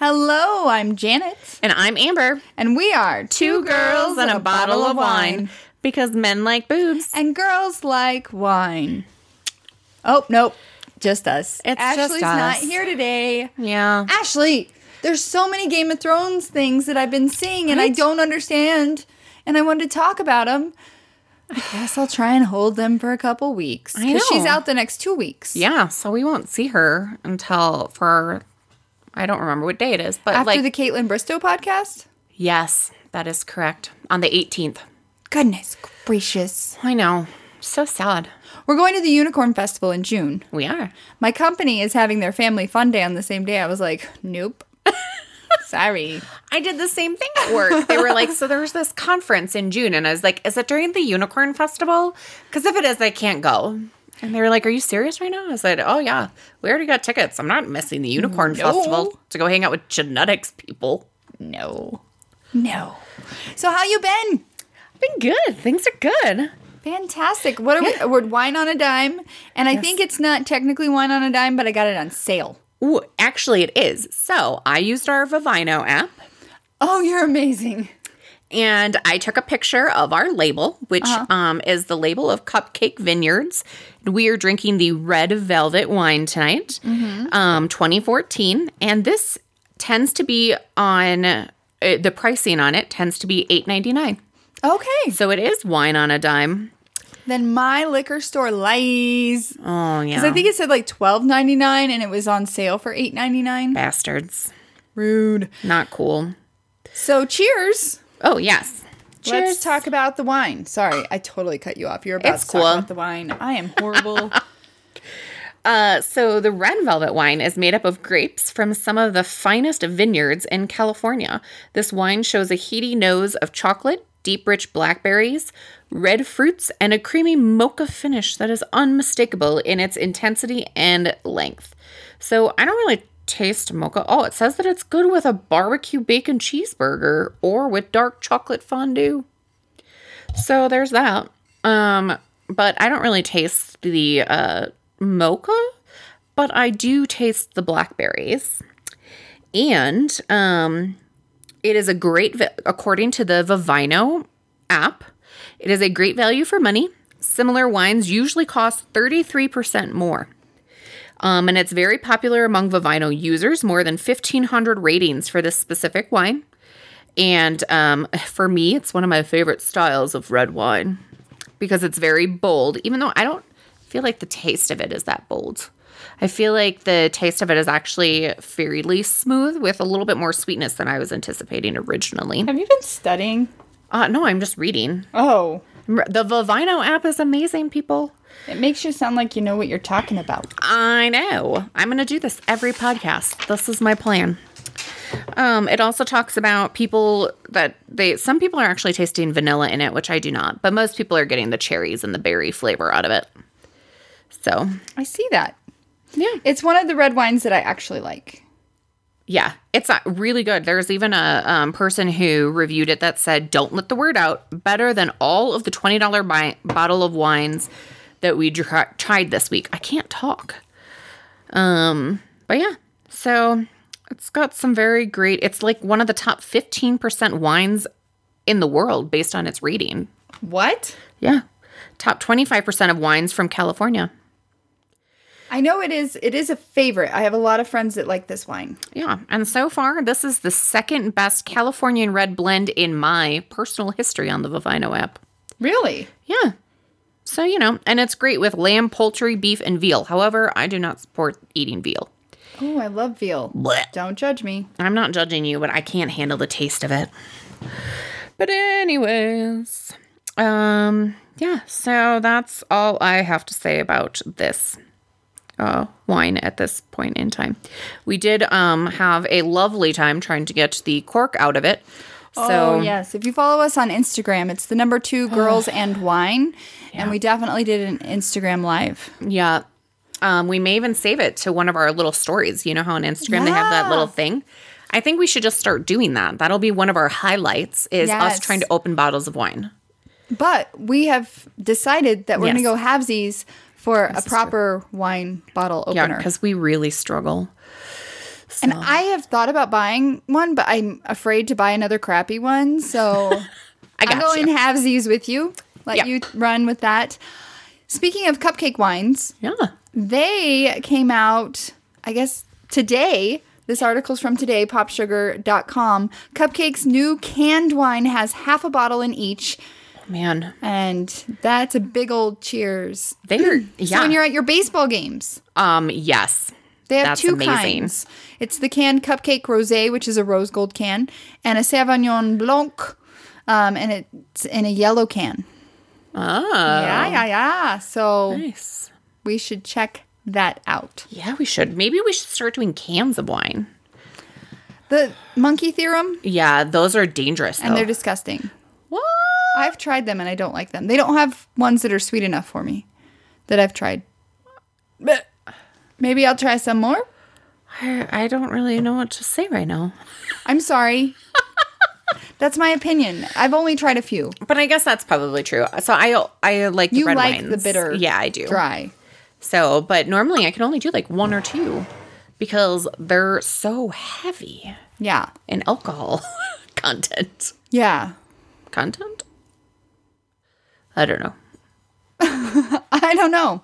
Hello, I'm Janet, And I'm Amber, and we are because men like boobs. And girls like wine. Oh, nope. Just us. It's just Ashley's not us. here today. Yeah. Ashley, there's so many Game of Thrones things that I've been seeing and I Right? don't understand. And I wanted to talk about them. I guess I'll try and hold them for a couple weeks. I Because she's know. out the next two weeks. Yeah, so we won't see her until for I don't remember what day it is, but After like the Caitlin Bristow podcast? yes, that is correct. On the 18th. Goodness gracious. I know. So sad. We're going to the Unicorn Festival in June. We are. My company is having their family fun day on the same day. I was like, nope. Sorry. I did the same thing at work. They were like, so there's this conference in June. And I was like, is it during the Unicorn Festival? Because if it is, I can't go. And they were like, are you serious right now? I said, oh, yeah. We already got tickets. I'm not missing the Unicorn Festival to go hang out with genetics people. No. No. So how you been? Been good. Things are good. Fantastic. What are we? We're wine on a dime, and I think it's not technically wine on a dime, but I got it on sale. Ooh, actually, it is. So I used our Vivino app Oh, you're amazing. and I took a picture of our label, which Uh-huh. um, is the label of Cupcake Vineyards. We are drinking the Red Velvet wine tonight, Mm-hmm. um, 2014, and this tends to be on uh, the pricing on it tends to be 8.99. Okay. So it is wine on a dime. Then my liquor store lies. 'Cause Oh yeah, I think it said like twelve ninety nine, and it was on sale for eight ninety nine. bastards, Rude. not cool. So cheers. Oh yes, Let's talk about the wine. Sorry, I totally cut you off. You're about It's to talk cool. about the wine. I am horrible. Uh, so the red velvet wine is made up of grapes from some of the finest vineyards in California. This wine shows a heady nose of chocolate, deep rich blackberries, red fruits, and a creamy mocha finish that is unmistakable in its intensity and length. So I don't really taste mocha. Oh, it says that it's good with a barbecue bacon cheeseburger or with dark chocolate fondue. So there's that. Um, but I don't really taste the uh, mocha, but I do taste the blackberries. And um, it is a great, va- according to the Vivino app, it is a great value for money. Similar wines usually cost 33% more. Um, and it's very popular among Vivino users, more than 1,500 ratings for this specific wine. And um, for me, it's one of my favorite styles of red wine because it's very bold, even though I don't feel like the taste of it is that bold. I feel like the taste of it is actually fairly smooth with a little bit more sweetness than I was anticipating originally. Have you been studying? Uh, no, I'm just reading. Oh, The Vivino app is amazing, people. it makes you sound like you know what you're talking about. I know. I'm going to do this every podcast. This is my plan. Um, it also talks about people that they some people are actually tasting vanilla in it, which I do not, but most people are getting the cherries and the berry flavor out of it. So, I see that. yeah. It's one of the red wines that I actually like. Yeah, it's uh, really good. There's even a um, person who reviewed it that said, "Don't let the word out. Better than all of the twenty dollar bi- bottle of wines that we dr- tried this week." I can't talk. Um, but yeah, so it's got some very great. It's like one of the top fifteen percent wines in the world based on its rating. What? Yeah, top twenty five percent of wines from California. I know it is it is a favorite. I have a lot of friends that like this wine. Yeah. And so far, this is the second best Californian red blend in my personal history on the Vivino app. Really? Yeah. So, you know, and it's great with lamb, poultry, beef, and veal. However, I do not support eating veal. Oh, I love veal. Don't judge me. I'm not judging you, but I can't handle the taste of it. But, anyways, um, yeah, so that's all I have to say about this uh, wine at this point in time. We did um, have a lovely time trying to get the cork out of it. So oh yes, if you follow us on Instagram, it's the number two girls and wine, and we definitely did an Instagram live. yeah, um, we may even save it to one of our little stories. You know how on Instagram they have that Yeah. little thing. I think we should just start doing that. That'll be one of our highlights is us Yes. trying to open bottles of wine. But we have decided that we're Yes. gonna go halvesies for a proper wine bottle Yeah, opener. because we really struggle. and I have thought about buying one, but I'm afraid to buy another crappy one. So I I'll got go you. in halvesies with you. Let Yeah. you run with that. Speaking of cupcake wines, yeah. they came out, I guess, today. This article's from today, popsugar.com. Cupcake's new canned wine has half a bottle in each, Man, and that's a big old cheers. they're So when yeah. you're at your baseball games, um yes. they have That's two amazing. kinds. It's the canned cupcake rosé, which is a rose gold can, and a Sauvignon Blanc, um, and it's in a yellow can. Oh. Yeah, yeah, yeah. So Nice. we should check that out. Yeah, we should. Maybe we should start doing cans of wine. The monkey theorem, Yeah, those are dangerous. and though. they're disgusting. what? I've tried them and I don't like them. They don't have ones that are sweet enough for me that I've tried. But maybe I'll try some more. I, I don't really know what to say right now. I'm sorry. That's my opinion. I've only tried a few. But I guess that's probably true. So I I like the You red like wines. the bitter. Yeah, I do. Dry. So, but normally I can only do like one or two because they're so heavy Yeah. in alcohol content. Yeah. Content? I don't know. I don't know.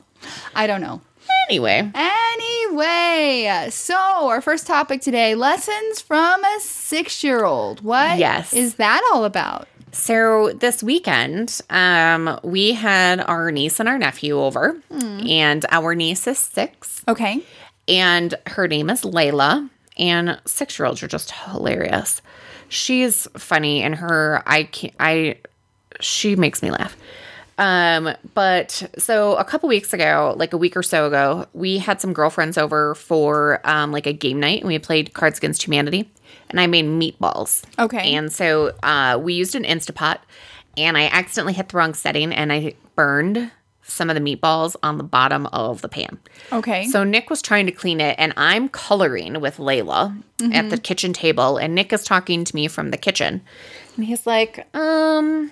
I don't know. Anyway, Anyway, so our first topic today lessons from a six year old. What Yes. is that all about? So this weekend, um, we had our niece and our nephew over, and our niece is six, Okay. and her name is Layla. And six year olds are just hilarious. She's funny, and her I can't I she makes me laugh. Um, but so a couple weeks ago, like a week or so ago, we had some girlfriends over for um like a game night, and we played Cards Against Humanity, and I made meatballs. Okay. And so uh, we used an Instapot, and I accidentally hit the wrong setting, and I burned some of the meatballs on the bottom of the pan. Okay. So Nick was trying to clean it, and I'm coloring with Layla at the kitchen table, and Nick is talking to me from the kitchen, and he's like, um.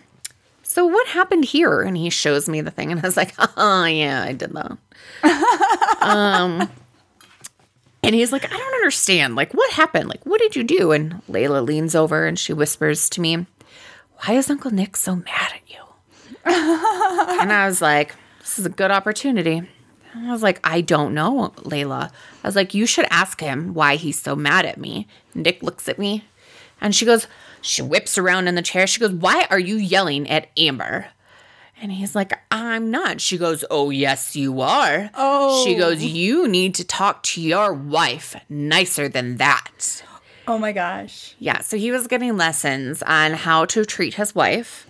So what happened here? And he shows me the thing, and I was like, "Oh yeah, I did that." um, and he's like, "I don't understand. Like, what happened? Like, what did you do?" And Layla leans over and she whispers to me, "Why is Uncle Nick so mad at you?" and I was like, this is a good opportunity. And I was like, I don't know, Layla. I was like, you should ask him why he's so mad at me. Nick looks at me and she goes, she whips around in the chair. She goes, Why are you yelling at Amber? And he's like, I'm not. She goes, Oh, yes, you are. Oh. She goes, You need to talk to your wife nicer than that. oh my gosh. Yeah, so he was getting lessons on how to treat his wife.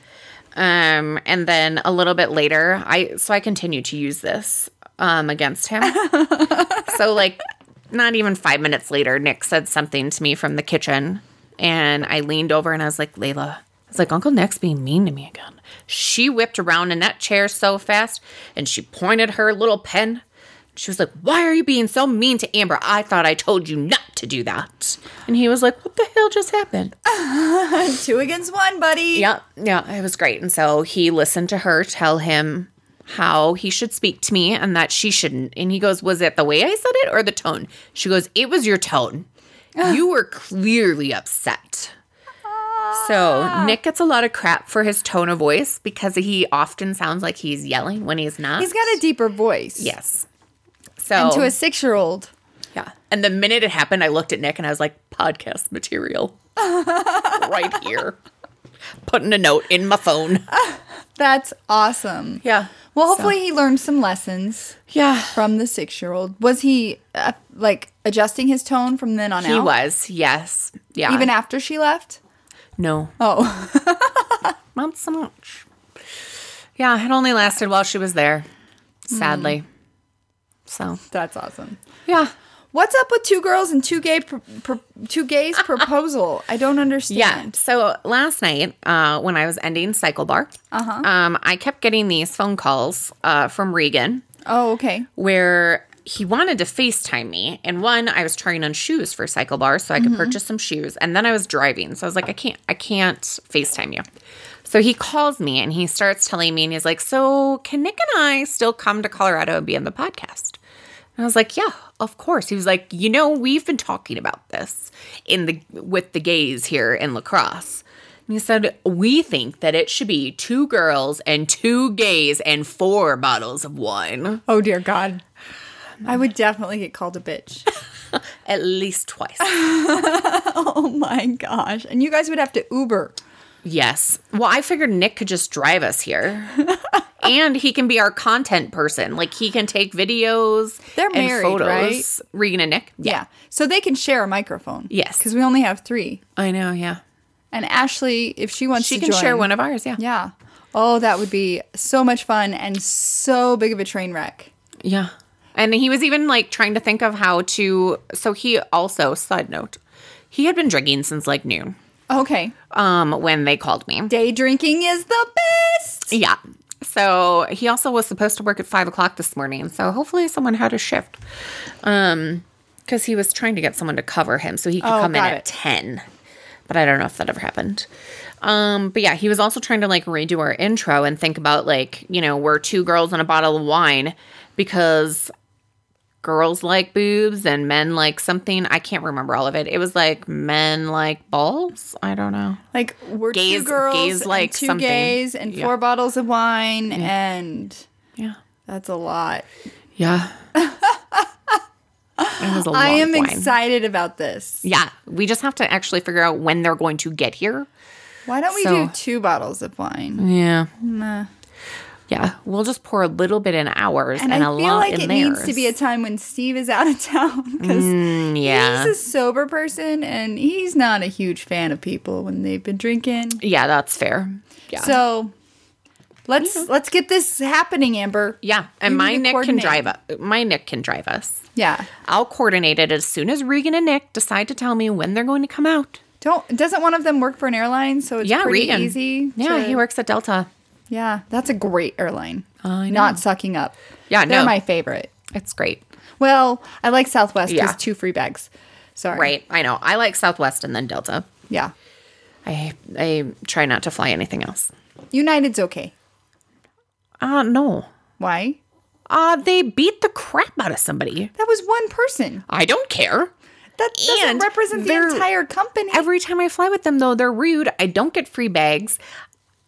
Um, and then a little bit later, I so I continued to use this um against him. so like not even five minutes later, Nick said something to me from the kitchen and I leaned over and I was like, Layla, I was like, Uncle Nick's being mean to me again. She whipped around in that chair so fast and she pointed her little pen. She was like, Why are you being so mean to Amber? I thought I told you not to do that. And he was like, What the hell just happened? Two against one, buddy. Yeah, yeah, it was great. And so he listened to her tell him how he should speak to me and that she shouldn't. And he goes, Was it the way I said it or the tone? She goes, It was your tone. You were clearly upset. Ah. So Nick gets a lot of crap for his tone of voice because he often sounds like he's yelling when he's not. He's got a deeper voice. yes. So And to a six year old. yeah. And the minute it happened, I looked at Nick and I was like, podcast material. right here. Putting a note in my phone. That's awesome. Yeah. Well, hopefully he learned some lessons Yeah. from the six year old. Was he uh, like adjusting his tone from then on He out? was, yes. Yeah. Even after she left? no. Oh, Not so much. Yeah, it only lasted while she was there, sadly. So, That's awesome. Mm. yeah. What's up with two girls and two gay pr- pr- two gays proposal? I don't Yeah. understand. So last night, uh, when I was ending Cycle Bar, uh-huh. um, I kept getting these phone calls uh, from Regan Oh, okay. where he wanted to FaceTime me. And one, I was trying on shoes for Cycle Bar so I could purchase some shoes. And then I was driving. So I was like, I can't, I can't FaceTime you. So he calls me and he starts telling me, and he's like, So can Nick and I still come to Colorado and be on the podcast? And I was like, Yeah, of course. He was like, You know, we've been talking about this in the with the gays here in lacrosse. And he said, We think that it should be two girls and two gays and four bottles of wine. Oh dear God. I would definitely get called a bitch. at least twice. oh my gosh. And you guys would have to Uber. yes. Well, I figured Nick could just drive us here. and he can be our content person. Like he can take videos They're and married, right? Regan and Nick. Yeah. So they can share a microphone. Yes. Because we only have three. I know, yeah. And Ashley, if she wants She to can share join- one of ours, yeah. Yeah. Oh, that would be so much fun and so big of a train wreck. Yeah. And he was even like trying to think of how to so he also, side note, he had been drinking since like noon. Okay. Um, when they called me. Day drinking is the best. Yeah. So he also was supposed to work at five o'clock this morning. So hopefully someone had a shift. Um, because he was trying to get someone to cover him so he could Oh, come in got at it. 10. But I don't know if that ever happened. Um, but yeah, he was also trying to like redo our intro and think about like, you know, we're two girls and a bottle of wine because girls like boobs and men like something. I can't remember all of it. It was like men like balls. I don't know. Like we're Gays- two girls, gays and like two something. gays, and Yeah. four bottles of wine, and Yeah. that's a lot. Yeah. it was a lot I am of wine. excited about this. Yeah, we just have to actually figure out when they're going to get here. Why don't we So- do two bottles of wine? Yeah. Nah. Yeah, we'll just pour a little bit in ours and, And I a feel lot like in it theirs. needs to be a time when Steve is out of town because Mm, yeah. he's a sober person and he's not a huge fan of people when they've been drinking. yeah, that's fair. Yeah. So let's let's get this happening, Amber. yeah, and You my need to Nick can coordinate. drive up. My Nick can drive us. Yeah. I'll coordinate it as soon as Regan and Nick decide to tell me when they're going to come out. Don't doesn't one of them work for an airline, so it's yeah, pretty Regan. easy. Yeah, to- he works at Delta. Yeah, that's a great airline. I Not sucking up. Yeah, they're no. my favorite. It's great. Well, I like Southwest because Yeah. two free bags. Sorry. Right. I know. I like Southwest and then Delta. Yeah. I I try not to fly anything else. United's okay. Uh no. Why? Uh they beat the crap out of somebody. That was one person. I don't care. That doesn't And represent the they're- entire company. Every time I fly with them though, they're rude. I don't get free bags.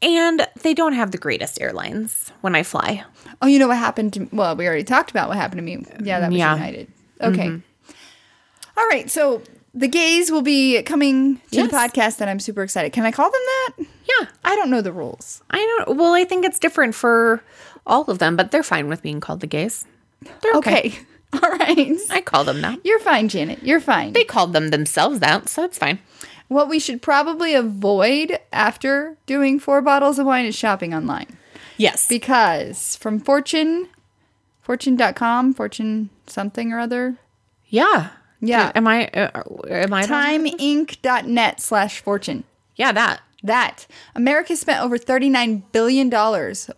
And they don't have the greatest airlines when I fly. Oh, you know what happened to well, we already talked about what happened to me. Yeah, that was Yeah. Mm-hmm. United. Okay. All right, so the gays will be coming to Yes. the podcast and I'm super excited. Can I call them that? Yeah. I don't know the rules. I don't well, I think it's different for all of them, but they're fine with being called the gays. They're okay. Okay. All right. I call them that. You're fine, Janet. You're fine. They called them themselves that, so it's fine. What we should probably avoid after doing four bottles of wine is shopping online. Yes. Because from Fortune, fortune.com, fortune something or other, yeah. Yeah. Am I uh, am I timeinc.net slash fortune. Yeah, that. That America spent over $39 billion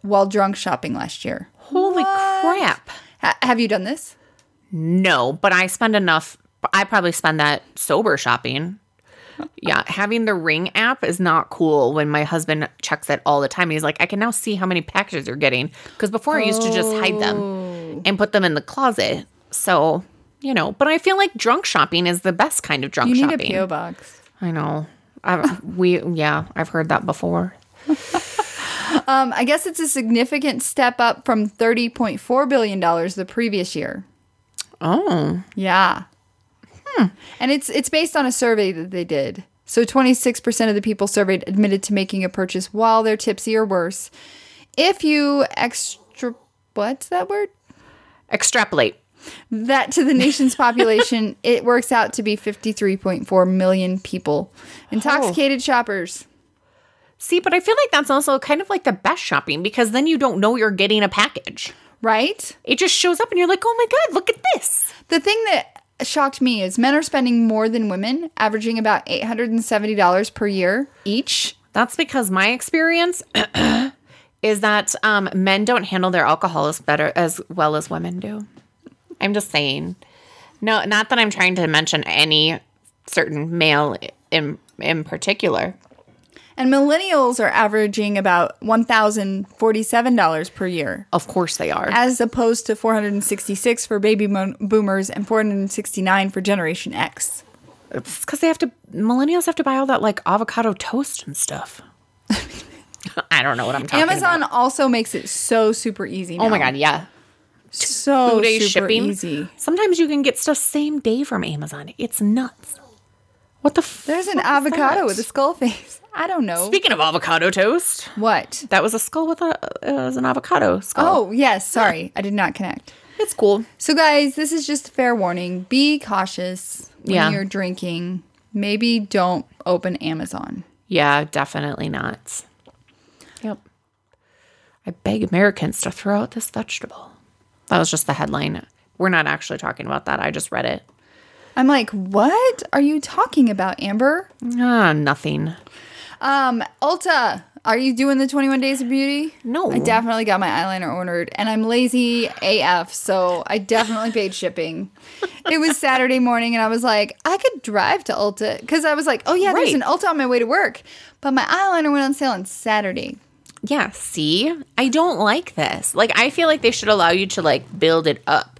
while drunk shopping last year. Holy crap. Ha- have you done this? No, but I spend enough. I probably spend that sober shopping. Yeah, having the Ring app is not cool when my husband checks it all the time. He's like, I can now see how many packages you're getting. Because before I used to just hide Oh. them and put them in the closet. So, you know, but I feel like drunk shopping is the best kind of drunk You need shopping. a P.O. box. I know. I've, we, yeah, I've heard that before. Um, I guess it's a significant step up from $30.4 billion the previous year. Oh, Yeah. And it's it's based on a survey that they did. So 26% of the people surveyed admitted to making a purchase while they're tipsy or worse. If you extra what's that word? extrapolate. That to the nation's population, it works out to be 53.4 million people. Intoxicated shoppers. See, but I feel like that's also kind of like the best shopping because then you don't know you're getting a package. right? It just shows up and you're like, oh my God, look at this. The thing that shocked me is men are spending more than women, averaging about $870 per year each. That's because my experience is that um, men don't handle their alcohol as better as well as women do. I'm just saying. No, not that I'm trying to mention any certain male in in particular. And millennials are averaging about $1,047 per year, Of course they are. as opposed to 466 for baby mo- boomers and 469 for Generation X. It's because they have to. Millennials have to buy all that like avocado toast and stuff. I don't know what I'm talking about. Amazon also makes it so super easy. Oh my now. god, yeah. so Two days super shipping. easy. Sometimes you can get stuff same day from Amazon. It's nuts. What the? F- There's an fuck is avocado that? with a skull face. I don't know Speaking of avocado toast, what. that was a skull with a uh, was an avocado skull. Oh yes, sorry, I did not connect. it's cool. So guys, this is just a fair warning. Be cautious when Yeah. you're drinking. Maybe don't open Amazon. Yeah, definitely not. Yep. I beg Americans to throw out this vegetable. That was just the headline. We're not actually talking about that. I just read it. I'm like, what are you talking about, Amber? Ah, nothing. Um, Ulta, are you doing the 21 Days of Beauty? No. I definitely got my eyeliner ordered, and I'm lazy AF, so I definitely paid shipping. It was Saturday morning, and I was like, I could drive to Ulta because I was like, oh yeah, there's an Right. Ulta on my way to work, but my eyeliner went on sale on Saturday. Yeah, see? I don't like this. Like I feel like they should allow you to like build it up.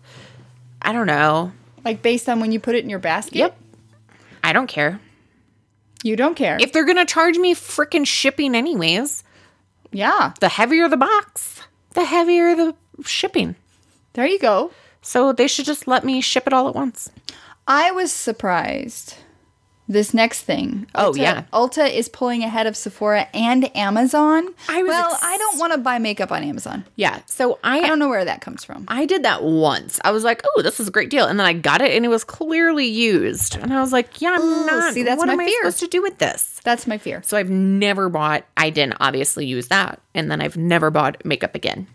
I don't know. Like based on when you put it in your basket. Yep. I don't care. You don't care. If they're going to charge me freaking shipping anyways, yeah. the heavier the box, the heavier the shipping. There you go. So they should just let me ship it all at once. I was surprised. This next thing. Oh, Ulta- yeah. Ulta is pulling ahead of Sephora and Amazon. I was well, ex- I don't want to buy makeup on Amazon. Yeah. So I I don't know where that comes from. I did that once. I was like, "Oh, this is a great deal," and then I got it, and it was clearly used, and I was like, "Yeah, I'm not. see, that's what my am I fear. supposed to do with this?" That's my fear. So I've never bought. I didn't obviously use that, and then I've never bought makeup again.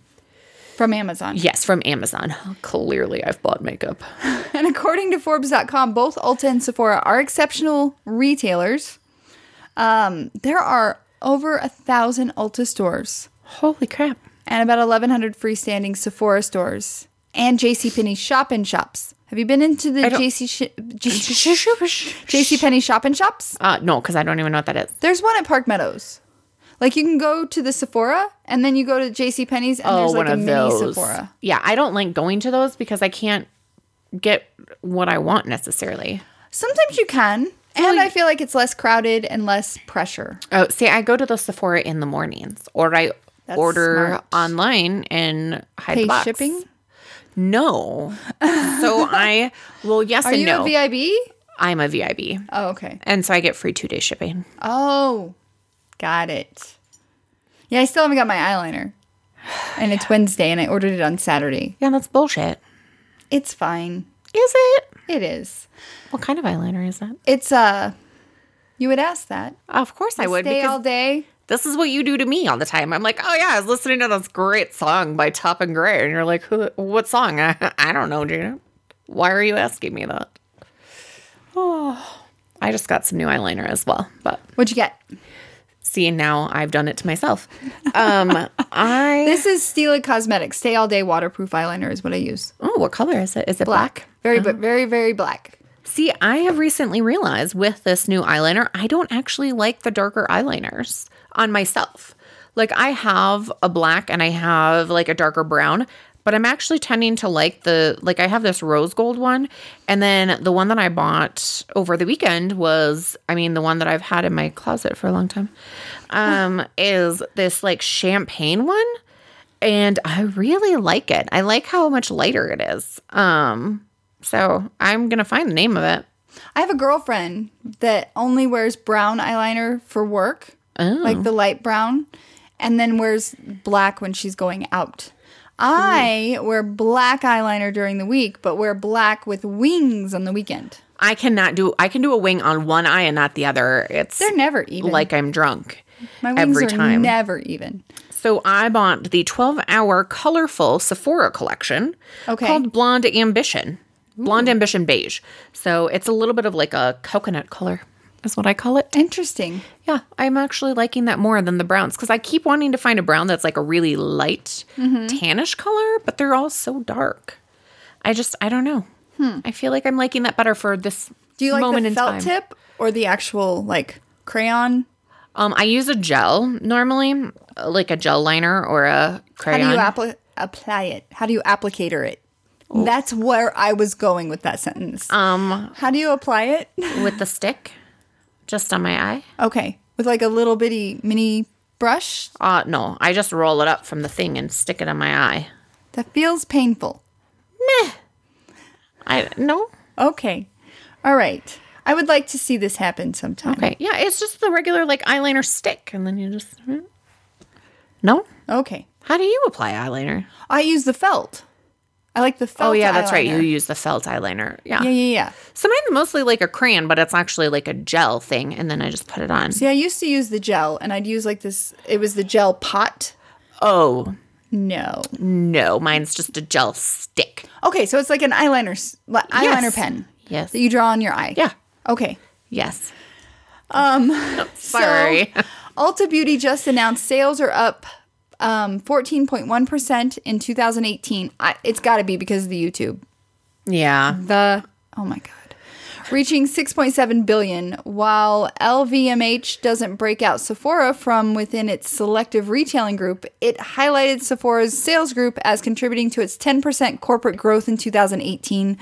From Amazon. Yes, from Amazon. Clearly, I've bought makeup. And according to Forbes.com, both Ulta and Sephora are exceptional retailers. Um, there are over a thousand Ulta stores Holy crap! and about 1,100 freestanding Sephora stores and JCPenney shop in shops. Have you been into the don't- JC sh- J- JCPenney shop in shops? Uh, no, because I don't even know what that is. There's one at Park Meadows. Like you can go to the Sephora and then you go to JCPenney's and there's Oh, like one a of mini those. Sephora. Yeah, I don't like going to those because I can't get what I want necessarily. Sometimes you can. And I feel like it's less crowded and less pressure. Oh, see, I go to the Sephora in the mornings, or I That's order smart. online and hide the Pay box. shipping. No, so I well, yes Are and you no. a VIB? I'm a VIB, Oh, okay. and so I get free two day shipping. Oh, got it. Yeah, I still haven't got my eyeliner. And it's Wednesday and I ordered it on Saturday. Yeah, that's bullshit. It's fine. Is it? It is. What kind of eyeliner is that? It's uh you would ask that. Of course I would Stay because all day. this is what you do to me all the time. I'm like, oh yeah, I was listening to this great song by Top and Gray, and you're like, Who, what song? I, I don't know, Gina. Why are you asking me that? Oh, I just got some new eyeliner as well, but. What'd you get? See, now I've done it to myself. Um, I This is Stila Cosmetics. Stay all day waterproof eyeliner is what I use. oh, what color is it? Is it black? Black. Very Uh-huh. but very, very black. See, I have recently realized with this new eyeliner, I don't actually like the darker eyeliners on myself. Like I have a black and I have like a darker brown, but I'm actually tending to like the like I have this rose gold one, and then the one that I bought over the weekend was, I mean, the one that I've had in my closet for a long time, um, is this like champagne one, and I really like it. I like how much lighter it is. Um, so I'm gonna find the name of it. I have a girlfriend that only wears brown eyeliner for work, Oh. like the light brown, and then wears black when she's going out. I wear black eyeliner during the week, but wear black with wings on the weekend. I cannot do. I can do a wing on one eye and not the other. It's They're never even. like I'm drunk my wings every are time. never even. So I bought the 12 hour colorful Sephora collection Okay. called Blonde Ambition. Blonde Ambition Beige. So it's a little bit of like a coconut color, is what I call it. Interesting. Yeah, I'm actually liking that more than the browns because I keep wanting to find a brown that's like a really light Mm-hmm. tannish color, but they're all so dark. I just, I don't know. I feel like I'm liking that better for this Hmm. Do you like moment the in felt time. tip or the actual like crayon? Um, I use a gel normally, like a gel liner or a crayon. How do you appli apply it? How do you applicator it? That's where I was going with that sentence. um, How do you apply it? with the stick, just on my eye. Okay, with like a little bitty mini brush. Uh, no, I just roll it up from the thing and stick it on my eye. That feels painful. I no. Okay, all right. I would like to see this happen sometime. Okay, yeah, it's just the regular like eyeliner stick, and then you just no. Okay. How do you apply eyeliner? I use the felt. I like the felt. oh yeah, that's right. You eyeliner. use the felt eyeliner. Yeah. Yeah, yeah, yeah. So mine's mostly like a crayon, but it's actually like a gel thing, and then I just put it on. See, I used to use the gel, and I'd use like this. It was the gel pot. Oh No. no, mine's just a gel stick. Okay, so it's like an eyeliner s- li- eyeliner pen Yes. that you draw on your eye. Yeah. Okay. Yes. Um. Sorry. So, Ulta Beauty just announced sales are up um 14.1% in 2018. I, it's got to be because of the YouTube. yeah. The oh my god. Reaching 6.7 billion while LVMH doesn't break out Sephora from within its selective retailing group, it highlighted Sephora's sales group as contributing to its 10% corporate growth in 2018.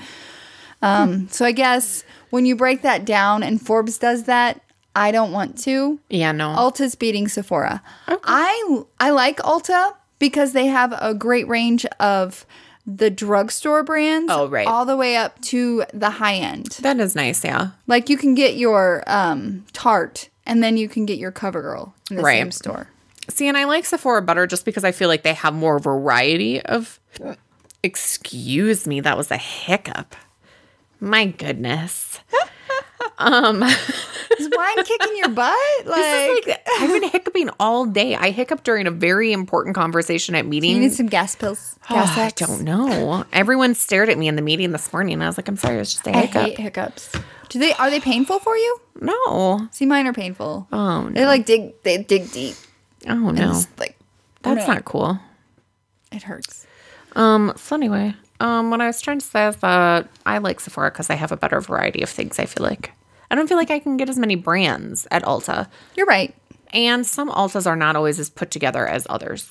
Um, so I guess when you break that down and Forbes does that, I don't want to. Yeah. No. Ulta's beating Sephora. I I like Ulta because they have a great range of the drugstore brands Oh, right. all the way up to the high end. that is nice. Yeah. Like you can get your um Tarte and then you can get your CoverGirl in the Right. same store. See, and I like Sephora better just because I feel like they have more variety of. Excuse me, that was a hiccup. My goodness. Is wine kicking your butt? Like, This is like, I've been hiccuping all day. I hiccuped during a very important conversation at you need meetings. some gas pills. Oh, Gas I X. don't know. Everyone stared at me in the meeting this morning. and I was like, I'm sorry, it's just a I hiccup. hate hiccups. Do they are they painful for you? no. See, mine are painful. Oh, no. They like dig they dig deep. Oh, And no. it's like That's no, not cool. it hurts. Um, so anyway, um, what I was trying to say is that I like Sephora because they have a better variety of things. I feel like I don't feel like I can get as many brands at Ulta, You're right. and some Ultas are not always as put together as others.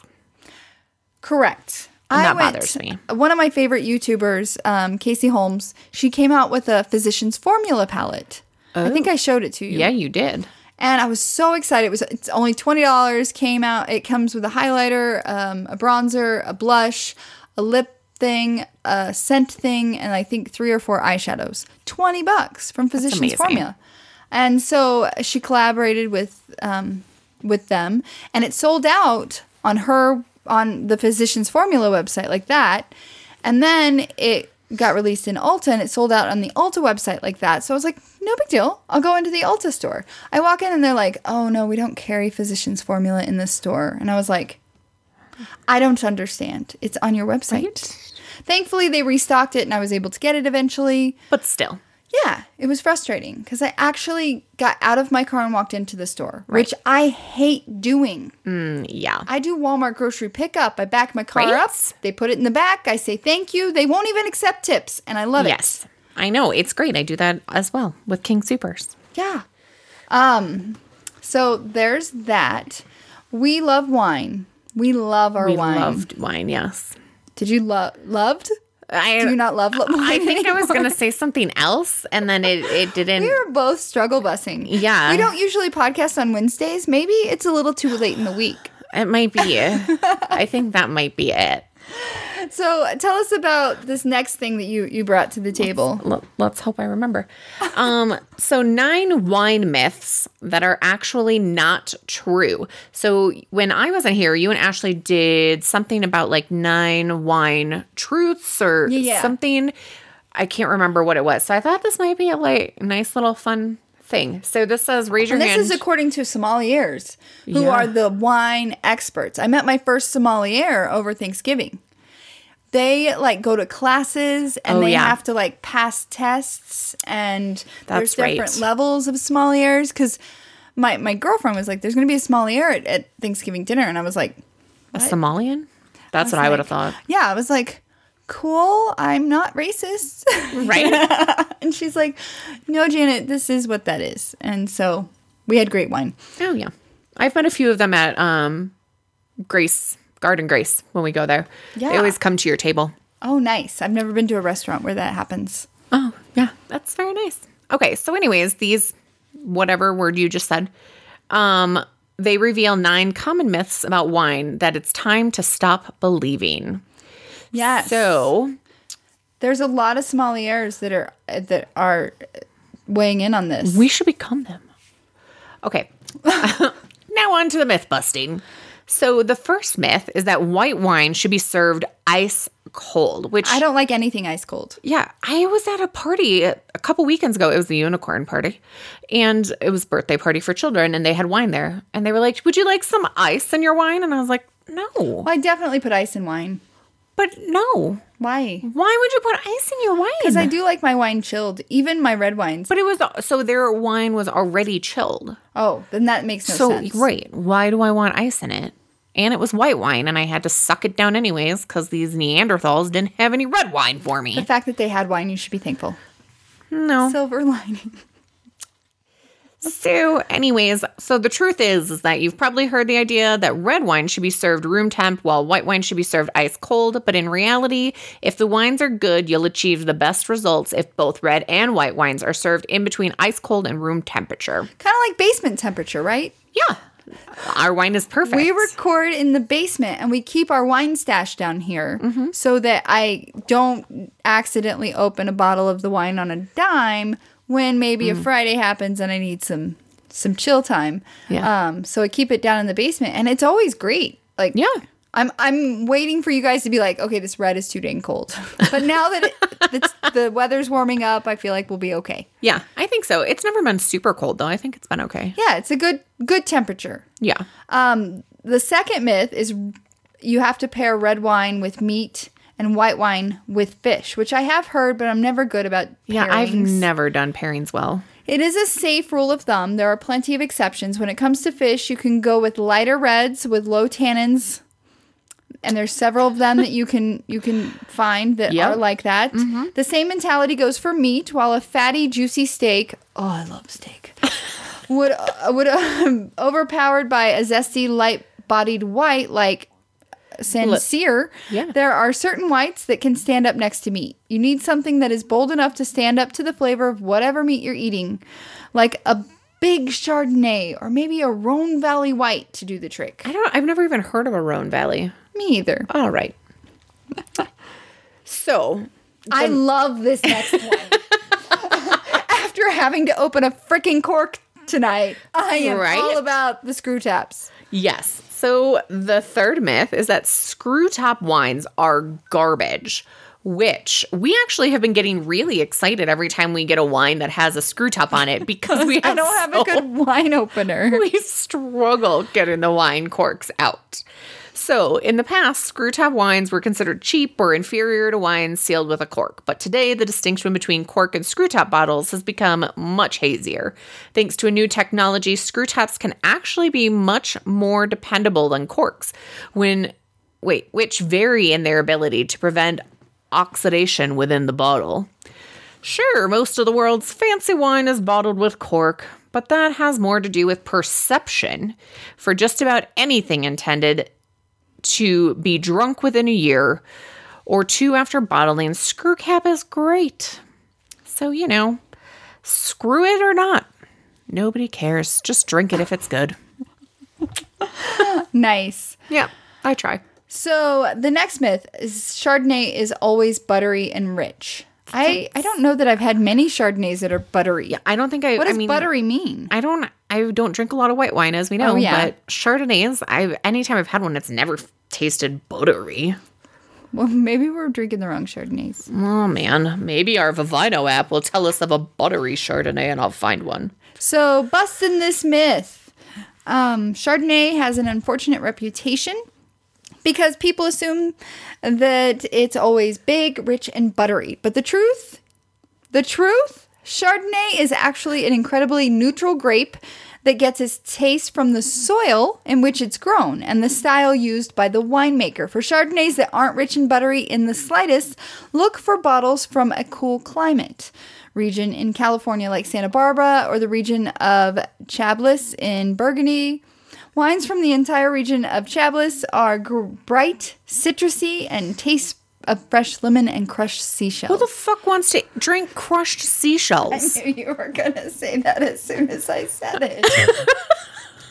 Correct. that bothers me. One of my favorite YouTubers, um, Casey Holmes, she came out with a physician's formula palette. I think I showed it to you. Oh. Yeah, you did. And I was so excited. It was it's only twenty dollars. Came out. It comes with a highlighter, um, a bronzer, a blush, a lip thing, a scent thing, and I think three or four eyeshadows. Twenty bucks from Physicians amazing. Formula. And so she collaborated with um, with them, and it sold out on her on the Physicians Formula website like that, and then it got released in Ulta and it sold out on the Ulta website like that. So I was like, no big deal. I'll go into the Ulta store. I walk in and they're like, oh no, we don't carry Physicians Formula in this store, and I was like, I don't understand. It's on your website. Thankfully, they restocked it and I was able to get it eventually. But still, Yeah, it was frustrating because I actually got out of my car and walked into the store, which I hate doing. mm, yeah, I do Walmart grocery pickup. I back my car Right? up, they put it in the back, I say thank you. They won't even accept tips, and I love it. yes, I know it's great. I do that as well with King Supers. Yeah. Um, so there's that. We love wine. We love our We wine. loved wine. Yes, Did you love loved? I. Do you not love lo- wine? I think I was anymore? gonna say something else, and then it it didn't. We were both struggle bussing. Yeah. We don't usually podcast on Wednesdays. Maybe it's a little too late in the week. It might be. I think that might be it. So tell us about this next thing that you, you brought to the table. L- let's hope I remember. Um, so nine wine myths that are actually not true. So when I wasn't here, you and Ashley did something about like nine wine truths or Yeah, yeah. something. I can't remember what it was. So I thought this might be a like nice little fun thing. So this says raise your And this hand. is according to sommeliers, who Yeah. are the wine experts. I met my first sommelier over Thanksgiving. They like go to classes and Oh, they yeah. have to like pass tests and there's That's different right. levels of sommeliers because my my girlfriend was like, "There's going to be a sommelier at, at Thanksgiving dinner," and I was like, a Somalian? That's what I would have thought. "Yeah," I was like, "Cool, I'm not racist." Right? and she's like, "No, Janet, this is what that is," and so we had great wine. oh yeah. I've met a few of them at um Grace Garden Grace when we go there. They Yeah. always come to your table. Oh, nice. I've never been to a restaurant where that happens. Oh, yeah. That's very nice. Okay, so anyways, these whatever word you just said, um, they reveal nine common myths about wine that it's time to stop believing. Yes. So there's a lot of sommeliers that are that are weighing in on this. We should become them. Okay. now on to the myth busting. So the first myth is that white wine should be served ice cold, which I don't like anything ice cold. yeah, I was at a party a couple weekends ago. It was the unicorn party, and it was birthday party for children, and they had wine there, and they were like, "Would you like some ice in your wine?" And I was like, "No, Well, I definitely put ice in wine. but no. Why? Why would you put ice in your Because wine?" I do like my wine chilled, even my red wines. but it was so their wine was already chilled. Oh, then that makes no so sense. right why do i want ice in it and it was white wine and i had to suck it down anyways because these neanderthals didn't have any red wine for The me fact that they had wine, you should be thankful. no Silver lining. so anyways so the truth is is that you've probably heard the idea that red wine should be served room temp while white wine should be served ice cold but in reality if the wines are good you'll achieve the best results if both red and white wines are served in between ice cold and room temperature Kind of like basement temperature, right? yeah our wine is perfect We record in the basement and we keep our wine stash down here Mm-hmm. so that I don't accidentally open a bottle of the wine on a dime when maybe Mm. a Friday happens and I need some some chill time. Yeah. Um, so I keep it down in the basement and it's always great. Like Yeah. I'm I'm waiting for you guys to be like, okay, this red is too dang cold. But now that it, it's, the weather's warming up, I feel like we'll be okay. yeah i think so it's never been super cold though i think it's been okay Yeah, it's a good good temperature. Yeah. Um, the second myth is you have to pair red wine with meat and white wine with fish, which I have heard, but I'm never good about. Yeah, I've pairings. never done pairings well. It is a safe rule of thumb. There are plenty of exceptions. When it comes to fish, you can go with lighter reds with low tannins. And there's several of them that you can you can find that Yep. are like that. The same mentality goes for meat. While a fatty, juicy steak, oh, I love steak, would uh, would uh, overpowered by a zesty, light-bodied white like Sancerre, Yeah. there are certain whites that can stand up next to meat. You need something that is bold enough to stand up to the flavor of whatever meat you're eating, like a big Chardonnay or maybe a Rhone Valley white to do the trick. I don't I've never even heard of a Rhone Valley. Me either. All right. so, I love this next one. After having to open a freaking cork tonight, I am Right? all about the screw taps. yes. So the third myth is that screw top wines are garbage, which we actually have been getting really excited every time we get a wine that has a screw top on it because we have I don't have a so good wine opener. we struggle getting the wine corks out. So, in the past, screw top wines were considered cheap or inferior to wines sealed with a cork, but today the distinction between cork and screw top bottles has become much hazier. Thanks to a new technology, screw tops can actually be much more dependable than corks when wait, which vary in their ability to prevent oxidation within the bottle. Sure, most of the world's fancy wine is bottled with cork, but that has more to do with perception for just about anything intended to be drunk within a year or two after bottling. Screw cap is great. So, you know, screw it or not. Nobody cares. Just drink it if it's good. Nice. Yeah, I try. So the next myth is Chardonnay is always buttery and rich. I, I don't know that I've had many Chardonnays that are buttery. I don't think I What I does mean buttery mean? I don't I don't drink a lot of white wine as we know, Oh, yeah. but Chardonnays, I anytime I've had one it's never tasted buttery. Well, maybe we're drinking the wrong Chardonnays. Oh man, maybe our Vivino app will tell us of a buttery Chardonnay and I'll find one. So, busting this myth. Um, Chardonnay has an unfortunate reputation because people assume that it's always big, rich, and buttery. But the truth, the truth, Chardonnay is actually an incredibly neutral grape that gets its taste from the soil in which it's grown and the style used by the winemaker. For Chardonnays that aren't rich and buttery in the slightest, look for bottles from a cool climate region in California, like Santa Barbara, or the region of Chablis in Burgundy. Wines from the entire region of Chablis are gr- bright, citrusy, and taste of fresh lemon and crushed Who seashells. the fuck wants to drink crushed seashells? I knew you were going to say that as soon as I said it.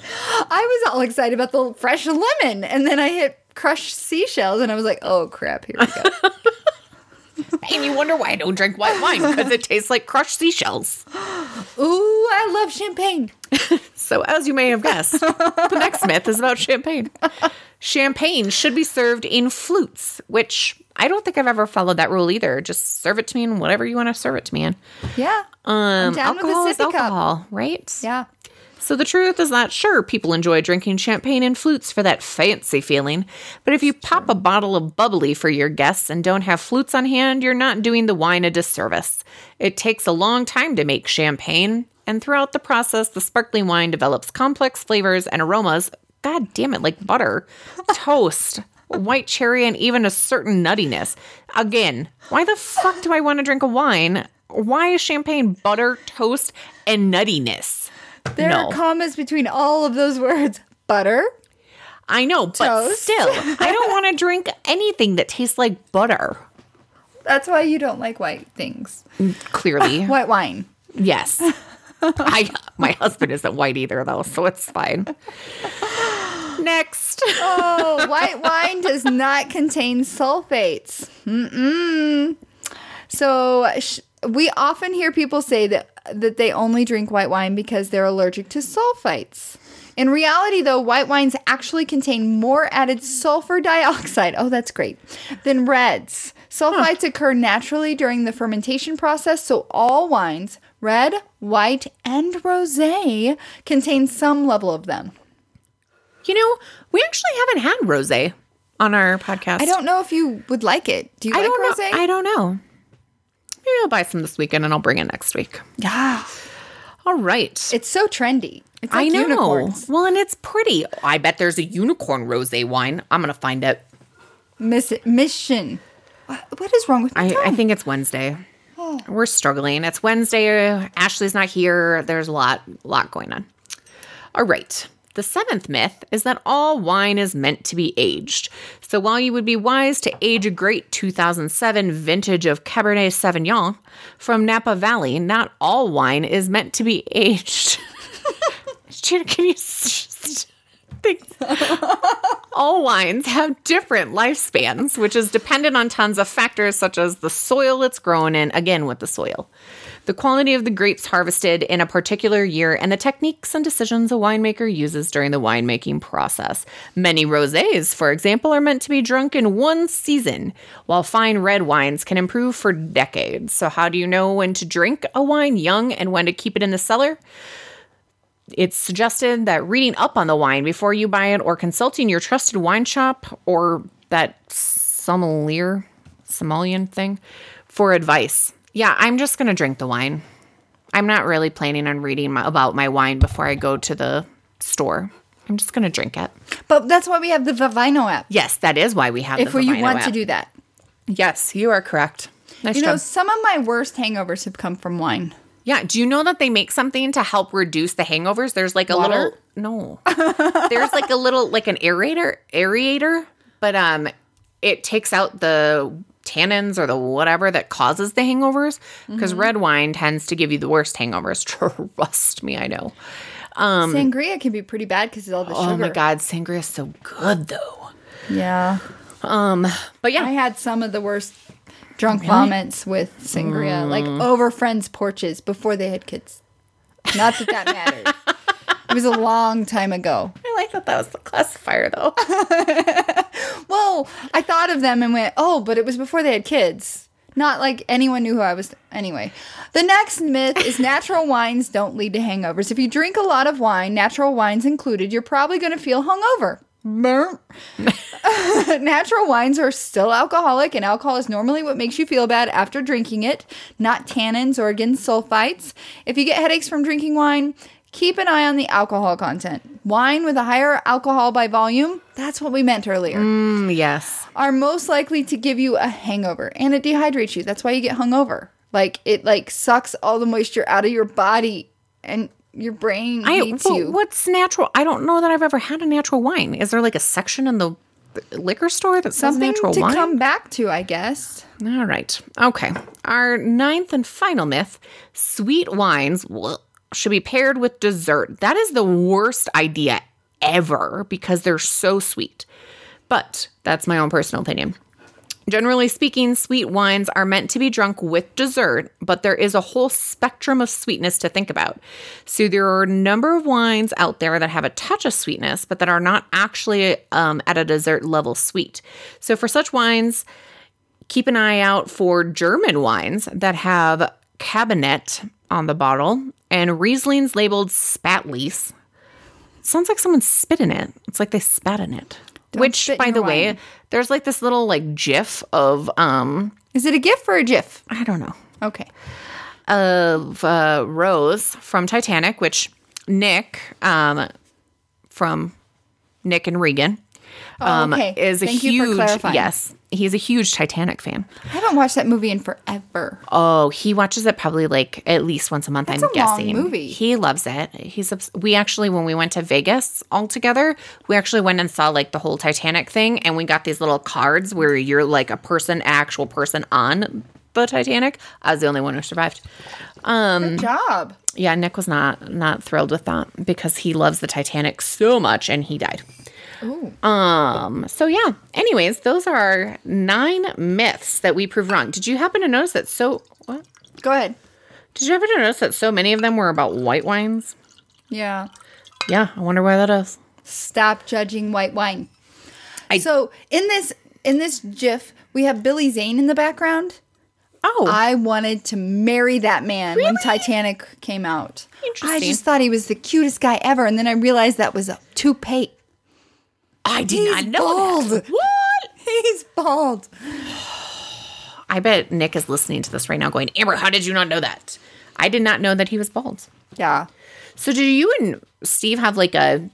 I was all excited about the fresh lemon, and then I hit crushed seashells, and I was like, oh crap, here we go. And you wonder why I don't drink white wine because it tastes like crushed seashells. Ooh, I love champagne. So, as you may have guessed, the next myth is about champagne. Champagne should be served in flutes, which I don't think I've ever followed that rule either. Just serve it to me in whatever you want to serve it to me in. Yeah. Um, down with a alcohol is sippy cup. alcohol, right? Yeah. So the truth is not sure people enjoy drinking champagne and flutes for that fancy feeling, but if you pop a bottle of bubbly for your guests and don't have flutes on hand, you're not doing the wine a disservice. It takes a long time to make champagne, and throughout the process, the sparkling wine develops complex flavors and aromas. God damn it, like butter, toast, white cherry, and even a certain nuttiness. Again, why the fuck do I want to drink a wine? Why is champagne butter, toast, and nuttiness? There No. are commas between all of those words. Butter. I know, but Toast. still, I don't want to drink anything that tastes like butter. That's why you don't like white things. Clearly, White wine. yes. I my husband isn't white either though, so it's fine. Next, Oh, white wine does not contain sulfates. Mm-mm. So sh- we often hear people say that that they only drink white wine because they're allergic to sulfites. In reality, though, white wines actually contain more added sulfur dioxide. Oh, that's great. Than reds. Sulfites occur naturally during the fermentation process, so all wines, red, white, and rosé, contain some level of them. you know, we actually haven't had rosé on our podcast. I don't know if you would like it. Do you I like don't rosé? know. I don't know. Maybe I'll buy some this weekend and I'll bring it next week. yeah, All right. it's so trendy. It's like I know. unicorns. Well, and it's pretty. I bet there's a unicorn rosé wine. I'm gonna find it. Miss mission. What, what is wrong with my I, I tongue? think it's Wednesday. We're struggling. It's Wednesday. Ashley's not here. There's a lot, lot going on. All right. The seventh myth is that all wine is meant to be aged. So while you would be wise to age a great 2007 vintage of Cabernet Sauvignon from Napa Valley, not all wine is meant to be aged. Gina, can you s- think all wines have different lifespans, which is dependent on tons of factors such as the soil it's grown in, again, with the soil, the quality of the grapes harvested in a particular year, and the techniques and decisions a winemaker uses during the winemaking process. Many roses, for example, are meant to be drunk in one season, while fine red wines can improve for decades. So, how do you know when to drink a wine young and when to keep it in the cellar? it's suggested that reading up on the wine before you buy it or consulting your trusted wine shop or that sommelier, sommelier thing for advice. Yeah, I'm just going to drink the wine. I'm not really planning on reading my, about my wine before I go to the store. I'm just going to drink it. but that's why we have the Vivino app. Yes, that is why we have If the you Vivino want to app. do that, Yes, you are correct. Nice you know job. some of my worst hangovers have come from wine. Yeah. Do you know that they make something to help reduce the hangovers? There's like a Water? little no. There's like a little like an aerator aerator, but um, it takes out the tannins or the whatever that causes the hangovers because red wine tends to give you the worst hangovers. Trust me, I know. Sangria can be pretty bad because of all the sugar. Um, Oh my god, sangria is so good though. Um, Yeah, But yeah, I had some of the worst drunk vomits with sangria, Mm. like over friends' porches before they had kids. Not that that mattered. it was a long time ago. I like that that was the classifier though. Well, I thought of them and went, oh, but it was before they had kids. Not like anyone knew who I was. Anyway, the next myth is natural wines don't lead to hangovers. If you drink a lot of wine, natural wines included, you're probably going to feel hungover. Burp. natural wines are still alcoholic, and alcohol is normally what makes you feel bad after drinking it, not tannins or again sulfites. If you get headaches from drinking wine, keep an eye on the alcohol content. Wine with a higher alcohol by volume, that's what we meant earlier, Mm, yes. are most likely to give you a hangover and it dehydrates you. That's why you get hungover. Like it like sucks all the moisture out of your body and your brain I, hates well, you. What's natural? I don't know that I've ever had a natural wine. Is there like a section in the liquor store that sells Something natural to wine? come back to, I guess. All right. Okay. Our ninth and final myth sweet wines bleh, should be paired with dessert. That is the worst idea ever because they're so sweet. But that's my own personal opinion. Generally speaking, sweet wines are meant to be drunk with dessert, but there is a whole spectrum of sweetness to think about. So there are a number of wines out there that have a touch of sweetness, but that are not actually um, at a dessert level sweet. So for such wines, keep an eye out for German wines that have Cabernet on the bottle and Rieslings labeled Spatlies. Sounds like someone spit in it. It's like they spat in it. Which, spit in by your the way, wine. there's like this little like GIF of um Is it a gift or a jiff? I don't know Okay. of uh, Rose from Titanic, which Nick um from Nick and Regan um okay. is a Thank you for huge clarifying. yes he's a huge Titanic fan. I haven't watched that movie in forever. Oh, he watches it probably like at least once a month. I'm a long guessing. movie. He loves it. He's obs- we actually when we went to Vegas all together, we actually went and saw like the whole Titanic thing, and we got these little cards where you're like a person, actual person on the Titanic. I was the only one who survived. Good job. Yeah, Nick was not not thrilled with that because he loves the Titanic so much, and he died. Um. So yeah. Anyways, those are our nine myths that we prove wrong. Did you happen to notice that? So what? Go ahead. Did you ever notice that so many of them were about white wines? Yeah. Yeah, I wonder why that is. Stop judging white wine. I- so in this in this GIF, we have Billy Zane in the background. Oh, I wanted to marry that man when Titanic came out. I Interesting. just thought he was the cutest guy ever, and then I realized that was a toupee. I did He's bald. that. What? He's bald. I bet Nick is listening to this right now, going, "Amber, how did you not know that?" I did not know that he was bald. Yeah. So, do you and Steve have like a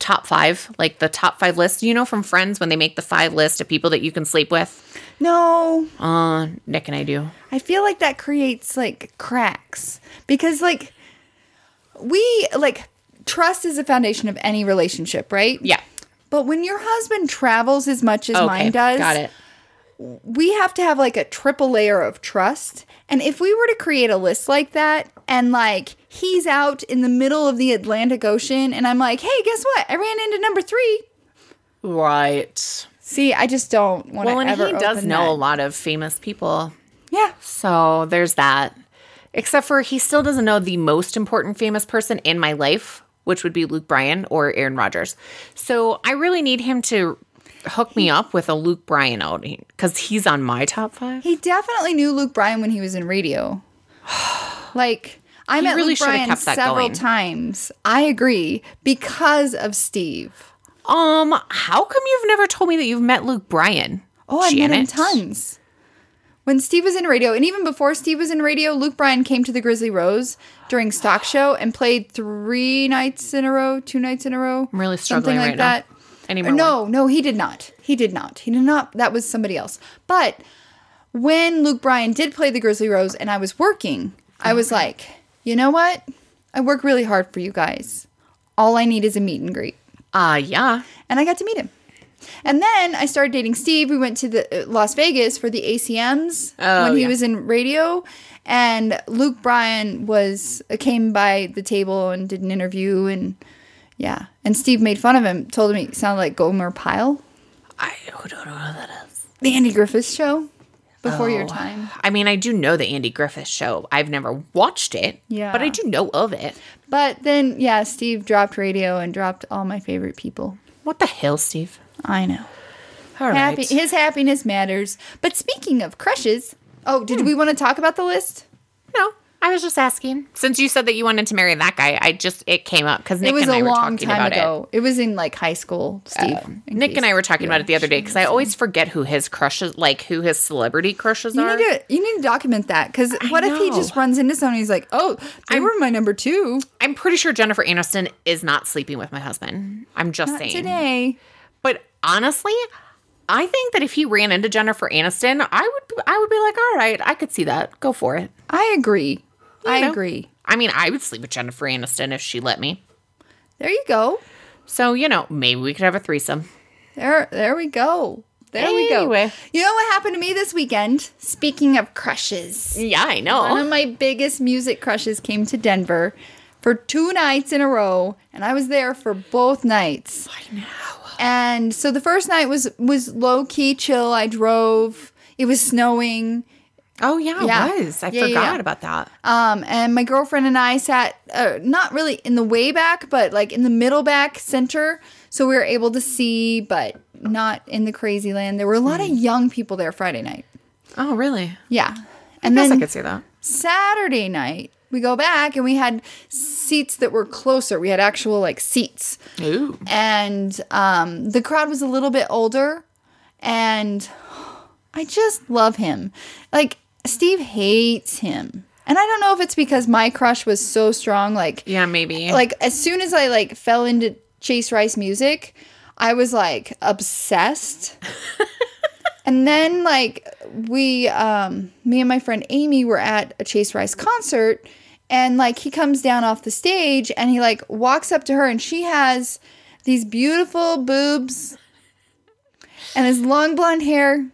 top five, like the top five list? You know, from Friends when they make the five list of people that you can sleep with. No, Uh, Nick and I do. I feel like that creates like cracks because like we like trust is the foundation of any relationship, right? Yeah. But when your husband travels as much as Okay, mine does, Got it. we have to have like a triple layer of trust. And if we were to create a list like that and like he's out in the middle of the Atlantic Ocean and I'm like, "Hey, guess what? I ran into number 3." Right. See, I just don't want to Well, and ever he does open know a that. lot of famous people. Yeah. So there's that. Except for he still doesn't know the most important famous person in my life, which would be Luke Bryan or Aaron Rodgers. So I really need him to hook me up with a Luke Bryan out because he's on my top five. He definitely knew Luke Bryan when he was in radio. Like I met really Luke should've Bryan kept that several going. times. I agree because of Steve. Um, how come you've never told me that you've met Luke Bryan? Oh, I've met him Janet? tons. When Steve was in radio, and even before Steve was in radio, Luke Bryan came to the Grizzly Rose during stock show and played three nights in a row, two nights in a row. I'm really struggling right now. Any more? No, no, he did not. He did not. He did not. That was somebody else. But when Luke Bryan did play the Grizzly Rose and I was working, I was like, you know what? I work really hard for you guys. All I need is a meet and greet Ah, uh, yeah. and I got to meet him. And then I started dating Steve. We went to the uh, Las Vegas for the ACMs Oh, when he yeah. was in radio, and Luke Bryan was uh, came by the table and did an interview, and yeah, and Steve made fun of him, told him he sounded like Gomer Pyle, I don't know who that is. the Andy Griffith Show, before your Oh. time. I mean, I do know the Andy Griffith show. I've never watched it, Yeah. but I do know of it. But then, yeah, Steve dropped radio and dropped all my favorite people. What the hell, Steve? I know. All right. Happy, his happiness matters. But speaking of crushes, Oh, did we want to talk about the list? No, I was just asking. Since you said that you wanted to marry that guy, I just it came up because Nick it was and I a were long talking time about it. Uh, ago. It. was in like high school, Steve. in Nick case. and I were talking about it the other day because I always forget who his crushes, like who his celebrity crushes You are. need to you need to document that because what if he know. just runs into someone and he's like, "Oh, they were my number two I'm pretty sure Jennifer Aniston is not sleeping with my husband. I'm just Not saying. today." But honestly, I think that if he ran into Jennifer Aniston, I would I would be like, all right, I could see that. Go for it. I agree. I know. agree. I mean, I would sleep with Jennifer Aniston if she let me. There you go. So you know, maybe we could have a threesome. There, there we go. There we go. Anyway. You know what happened to me this weekend? Speaking of crushes, Yeah, I one know. of my biggest music crushes came to Denver for two nights in a row, and I was there for both nights. I know. And so the first night was was low key chill. I drove. It was snowing. Oh yeah, Yeah. it was. I Yeah, yeah, forgot yeah. about that. Um, and my girlfriend and I sat uh, not really in the way back, but like in the middle back center. So we were able to see, but not in the crazy land. There were a lot of young people there Friday night. Oh really? Yeah. And Hmm. I guess then I could see that. Saturday night, we go back and we had seats that were closer. We had actual like seats. Ooh. And um, the crowd was a little bit older. And I just love him. Like, Steve hates him. And I don't know if it's because my crush was so strong. Like, Yeah, maybe. like as soon as I like fell into Chase Rice music, I was like obsessed. and then like we um me and my friend Amy were at a Chase Rice concert and like he comes down off the stage and he like walks up to her and she has these beautiful boobs and his long blonde hair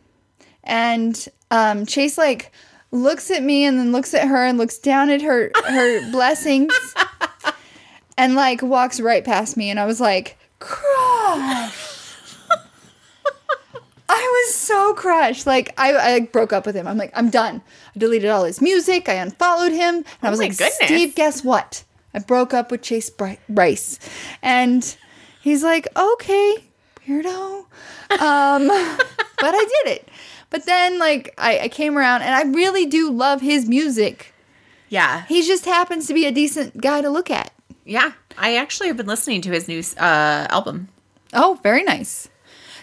and um Chase like looks at me and then looks at her and looks down at her her blessings and like walks right past me and i was like crush i was so crushed like I, I like broke up with him i'm like i'm done i deleted all his music i unfollowed him and i was Oh my like goodness. steve guess what i broke up with chase Bri- rice and he's like okay weirdo um but i did it but then like I, I came around and i really do love his music yeah, he just happens to be a decent guy to look at yeah. I actually have been listening to his new uh, album. Oh, very nice.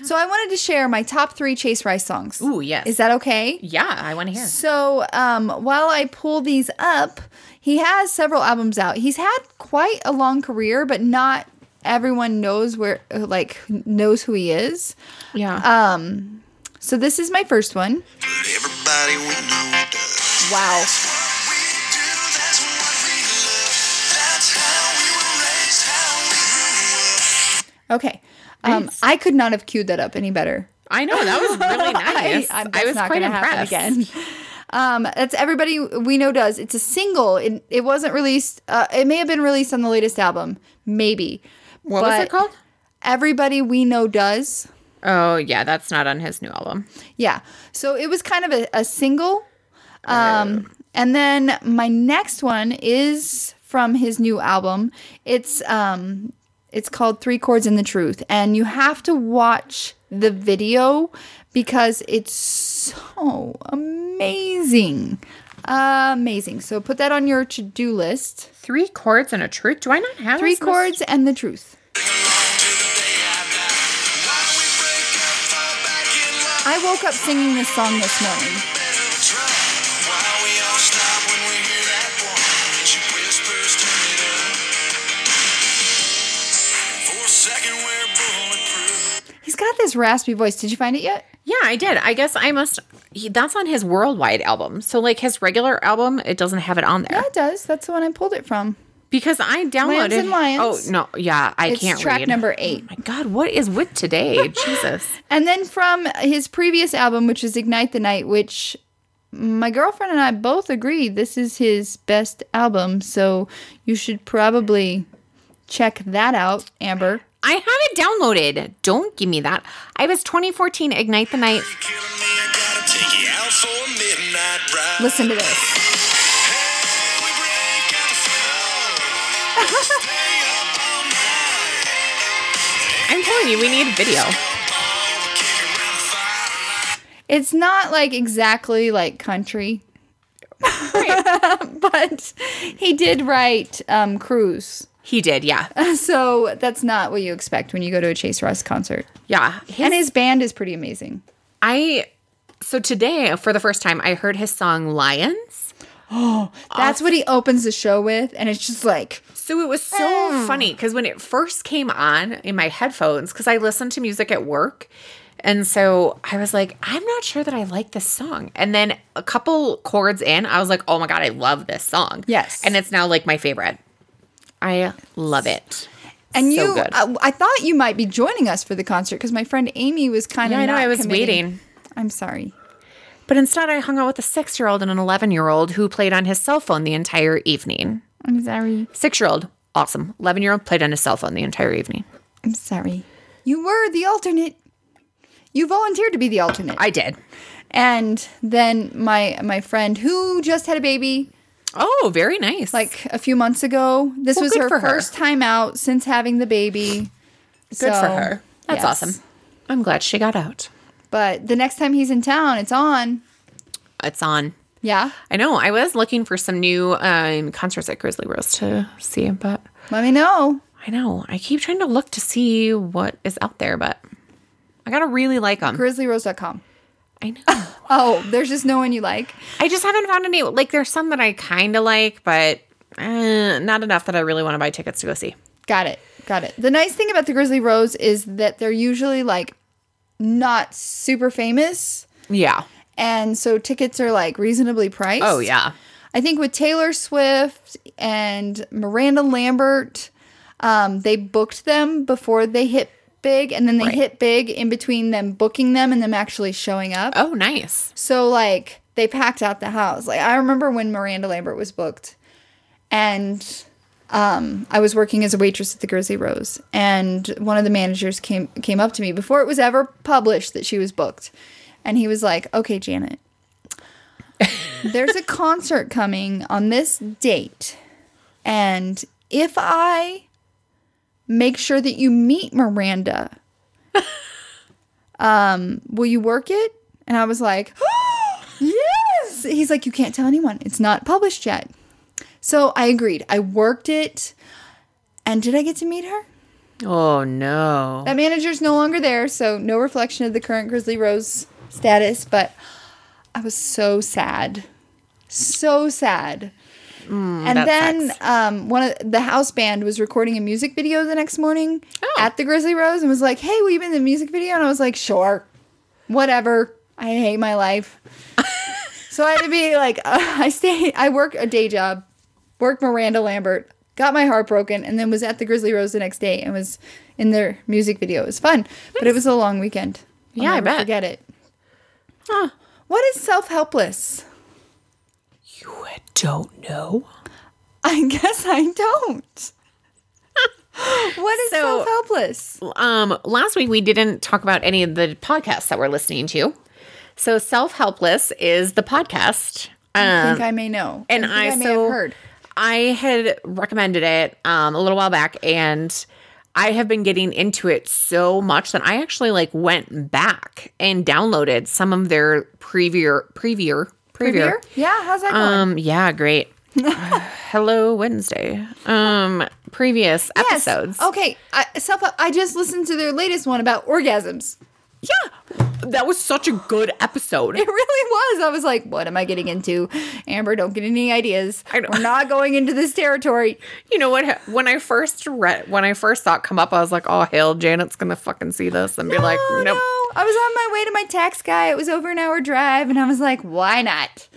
So I wanted to share my top three Chase Rice songs. Ooh, yes. Is that okay? Yeah, I want to hear. So um, while I pull these up, he has several albums out. He's had quite a long career, but not everyone knows where, uh, like, knows who he is. Yeah. Um, so this is my first one. But everybody we know does. Wow. That's what we do, that's what we love. That's how we were raised, how we grew up. Okay. Um, I could not have queued that up any better. I know that was really nice. I, I, that's was not quite gonna happen impressed. again. Um, that's everybody we know does. It's a single. It, it wasn't released. Uh, it may have been released on the latest album, maybe. What was But it called? Everybody we know does. Oh yeah, that's not on his new album. Yeah. So it was kind of a, a single. Um, and then my next one is from his new album. It's um, it's called Three Chords and the Truth, and you have to watch the video because it's so amazing, amazing. So put that on your to do list. Three chords and a truth. Do I not have Three this list? chords and the truth. Till the day I die. Why we break up, fall back in love, I woke up singing this song this morning. better try. Why we all stop when we hear that one. And she whispers, turn it up. For a second, we're bulletproof. He's got this raspy voice. Did you find it yet? Yeah, I did. I guess I must. He, that's on his worldwide album. So like his regular album, it doesn't have it on there Yeah, it does. That's the one I pulled it from. because I downloaded. Lambs and Lions. Oh no, yeah, I It's can't track read. number eight. My God, what is with today? Jesus. And then from his previous album, which is Ignite the Night, which my girlfriend and I both agree this is his best album. So you should probably check that out, Amber. I have it downloaded. Don't give me that. I have his 2014 Ignite the Night. You're killing me, I gotta take you out for a midnight ride. Listen to this. Hey, we break out the floor. Stay up I'm all night. telling you, we need video. Ball, we're kicking around the firelight. It's not like exactly like country. but he did write um, Cruise. He did, yeah. So that's not what you expect when you go to a Chase Ross concert. Yeah. and his band is pretty amazing. I so today for the first time I heard his song Lions. That's what he opens the show with, and it's just like So it was so funny because when it first came on in my headphones, because I listened to music at work. And so I was like, I'm not sure that I like this song. And then a couple chords in, I was like, oh my God, I love this song. Yes. And it's now like my favorite. I love it. And So you, uh, good. I, I thought you might be joining us for the concert because my friend Amy was kind of. Yeah, I know, I was waiting. I'm sorry. But instead, I hung out with a six year old and an 11 year old who played on his cell phone the entire evening. I'm sorry. Six year old, awesome. 11 year old played on his cell phone the entire evening. I'm sorry. You were the alternate. You volunteered to be the alternate. I did. and then my my friend who just had a baby Oh, very nice. like a few months ago. This Well, was good her, for her. first time out since having the baby. good for So, her. yes. That's awesome. I'm glad she got out. But the next time he's in town, it's on. It's on. Yeah. I know. I was looking for some new um, concerts at Grizzly Rose to see, but Let me know. I know. I keep trying to look to see what is out there, but I gotta really like them. GrizzlyRose.com. I know. Oh, there's just no one you like. I just haven't found any. Like, there's some that I kind of like, but uh, not enough that I really want to buy tickets to go see. Got it. Got it. The nice thing about the Grizzly Rose is that they're usually like not super famous. Yeah. And so tickets are like reasonably priced. Oh yeah. I think with Taylor Swift and Miranda Lambert, um, they booked them before they hit big. And then they hit big in between them booking them and them actually showing up. Oh nice. So like they packed out the house. Like I remember when Miranda Lambert was booked and um, I was working as a waitress at the Grizzly Rose and one of the managers came came up to me before it was ever published that she was booked. And he was like, "Okay, Janet. There's a concert coming on this date. And if I make sure that you meet Miranda, um, will you work it? And I was like, yes. He's like, you can't tell anyone. It's not published yet. So I agreed. I worked it. And did I get to meet her? Oh no. That manager's no longer there, so no reflection of the current Grizzly Rose status, but I was so sad. So sad. and Mm, that then sucks. um, one of the house band was recording a music video the next morning Oh. at the Grizzly Rose and was like, "Hey, will you be in the music video?" And I was like, "Sure, whatever. I hate my life." so I had to be like, I stay, I work a day job, worked Miranda Lambert, got my heart broken, and then was at the Grizzly Rose the next day and was in their music video. It was fun, but it was a long weekend. I'll Yeah, I never bet. Forget it. Huh. What is self helpless? You don't know. I guess I don't. what is So- self helpless? Um, last week we didn't talk about any of the podcasts that we're listening to. So self helpless is the podcast. I Um, think I may know. and think I, may so have heard. I had recommended it um, a little while back, and I have been getting into it so much that I actually like went back and downloaded some of their preview, preview, preview. Beer? Yeah, how's that going? Um, yeah, great. Hello Wednesday. Um, previous Yes. Oh, episodes. Okay. I, self. I just listened to their latest one about orgasms. yeah, that was such a good episode. It really was. I was like, "What am I getting into?" Amber, don't get any ideas. I know. We're not going into this territory. You know what? When I first read, when I first saw it come up, I was like, "Oh hell, Janet's gonna fucking see this and be like, Oh, nope." no. I was on my way to my tax guy. It was over an hour drive, and I was like, "Why not?"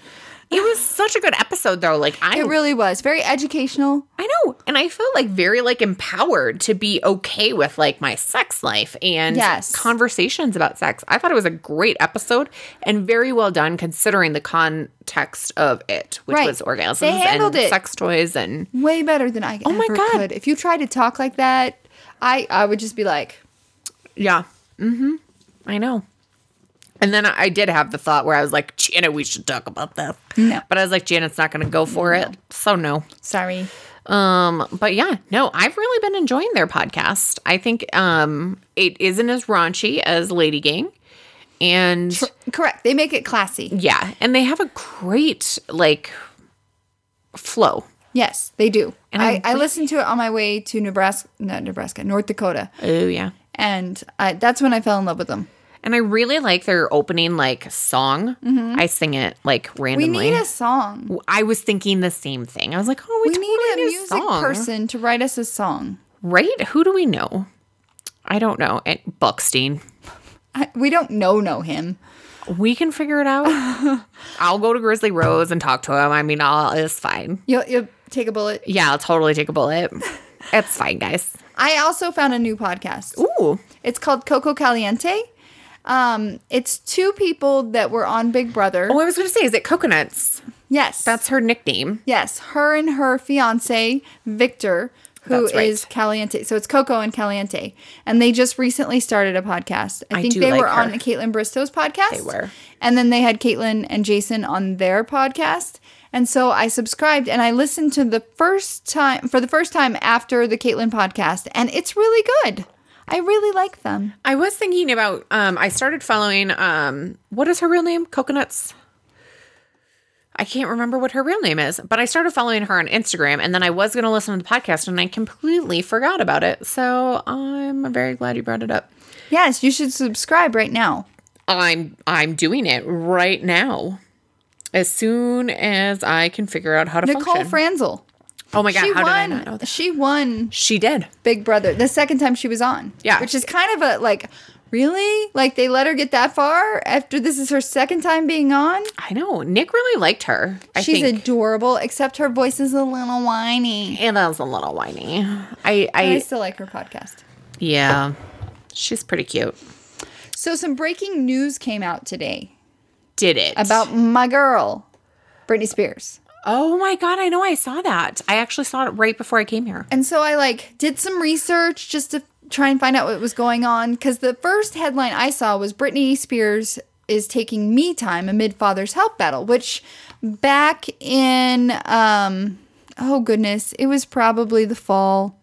It was such a good episode, though. Like I, It really was very educational. I know, and I felt like very like empowered to be okay with like my sex life and Yes. conversations about sex. I thought it was a great episode and very well done considering the context of it, which Right. was orgasms They handled and it. sex toys and Way better than I Oh my ever God. could. If you tried to talk like that, I I would just be like, yeah. Mm-hmm. I know. And then I I did have the thought where I was like, Janet, we should talk about this. No. But I was like, Janet's not going to go for it. So, no. "Sorry." Um, but yeah, no, I've really been enjoying their podcast. I think um it isn't as raunchy as Lady Gang. and Correct. They make it classy. yeah, and they have a great like flow. Yes, they do. And I, I'm I listened to it on my way to Nebraska, not Nebraska, North Dakota, Oh yeah. and I, that's when I fell in love with them. And I really like their opening like song. I sing it like We randomly. need a song. I was thinking the same thing. I was like, oh, we, We totally need a music song. person to write us a song. right? Who do we know? I don't know. And Buckstein. I, we don't know know him. We can figure it out. I'll go to Grizzly Rose and talk to him. I mean, I'll, it's fine. You'll, you'll take a bullet. Yeah, I'll totally take a bullet. it's fine, guys. I also found a new podcast. Ooh. It's called Coco Caliente. Um, it's two people that were on Big Brother. Oh, I was going to say, is it Coconuts? yes, That's her nickname. yes. Her and her fiance Victor, who is That's right. Caliente. So it's Coco and Caliente, and they just recently started a podcast. I, I think do they like were on her. Caitlin Bristow's podcast. They were. and then they had Caitlin and Jason on their podcast. And so I subscribed and I listened to the first time for the first time after the Caitlin podcast, and it's really good. I really like them. I was thinking about, um, I started following, um, what is her real name? Coconuts. I can't remember what her real name is, but I started following her on Instagram and then I was going to listen to the podcast and I completely forgot about it. So I'm very glad you brought it up. Yes, you should subscribe right now. I'm I'm doing it right now. As soon as I can figure out how to Nicole function. Franzel. oh my god, She how did I won. not know that? She won She did. Big Brother the second time she was on. Yeah. Which is kind of a like, really? Like they let her get that far after this is her second time being on? I know. Nick really liked her. I She's think. adorable, except her voice is a little whiny. and that was a little whiny. I, But I I still like her podcast. yeah. She's pretty cute. So some breaking news came out today Did it. about my girl, Britney Spears. Oh my god, I know I saw that. I actually saw it right before I came here. And so I like did some research just to try and find out what was going on because the first headline I saw was Britney Spears is taking me time amid father's health battle, which back in um oh goodness, it was probably the fall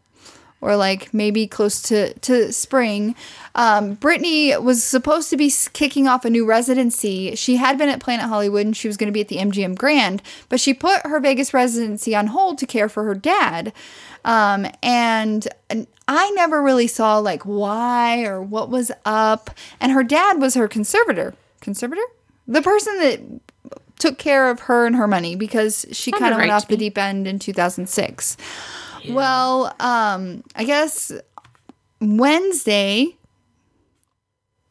or like maybe close to to spring. Um, Brittany was supposed to be s- kicking off a new residency. She had been at Planet Hollywood and she was going to be at the MGM Grand, but she put her Vegas residency on hold to care for her dad. Um, and and I never really saw like why or what was up. And her dad was her conservator, conservator, the person that took care of her and her money because she kind of went right off to the deep end in 2006. Well, um, I guess Wednesday,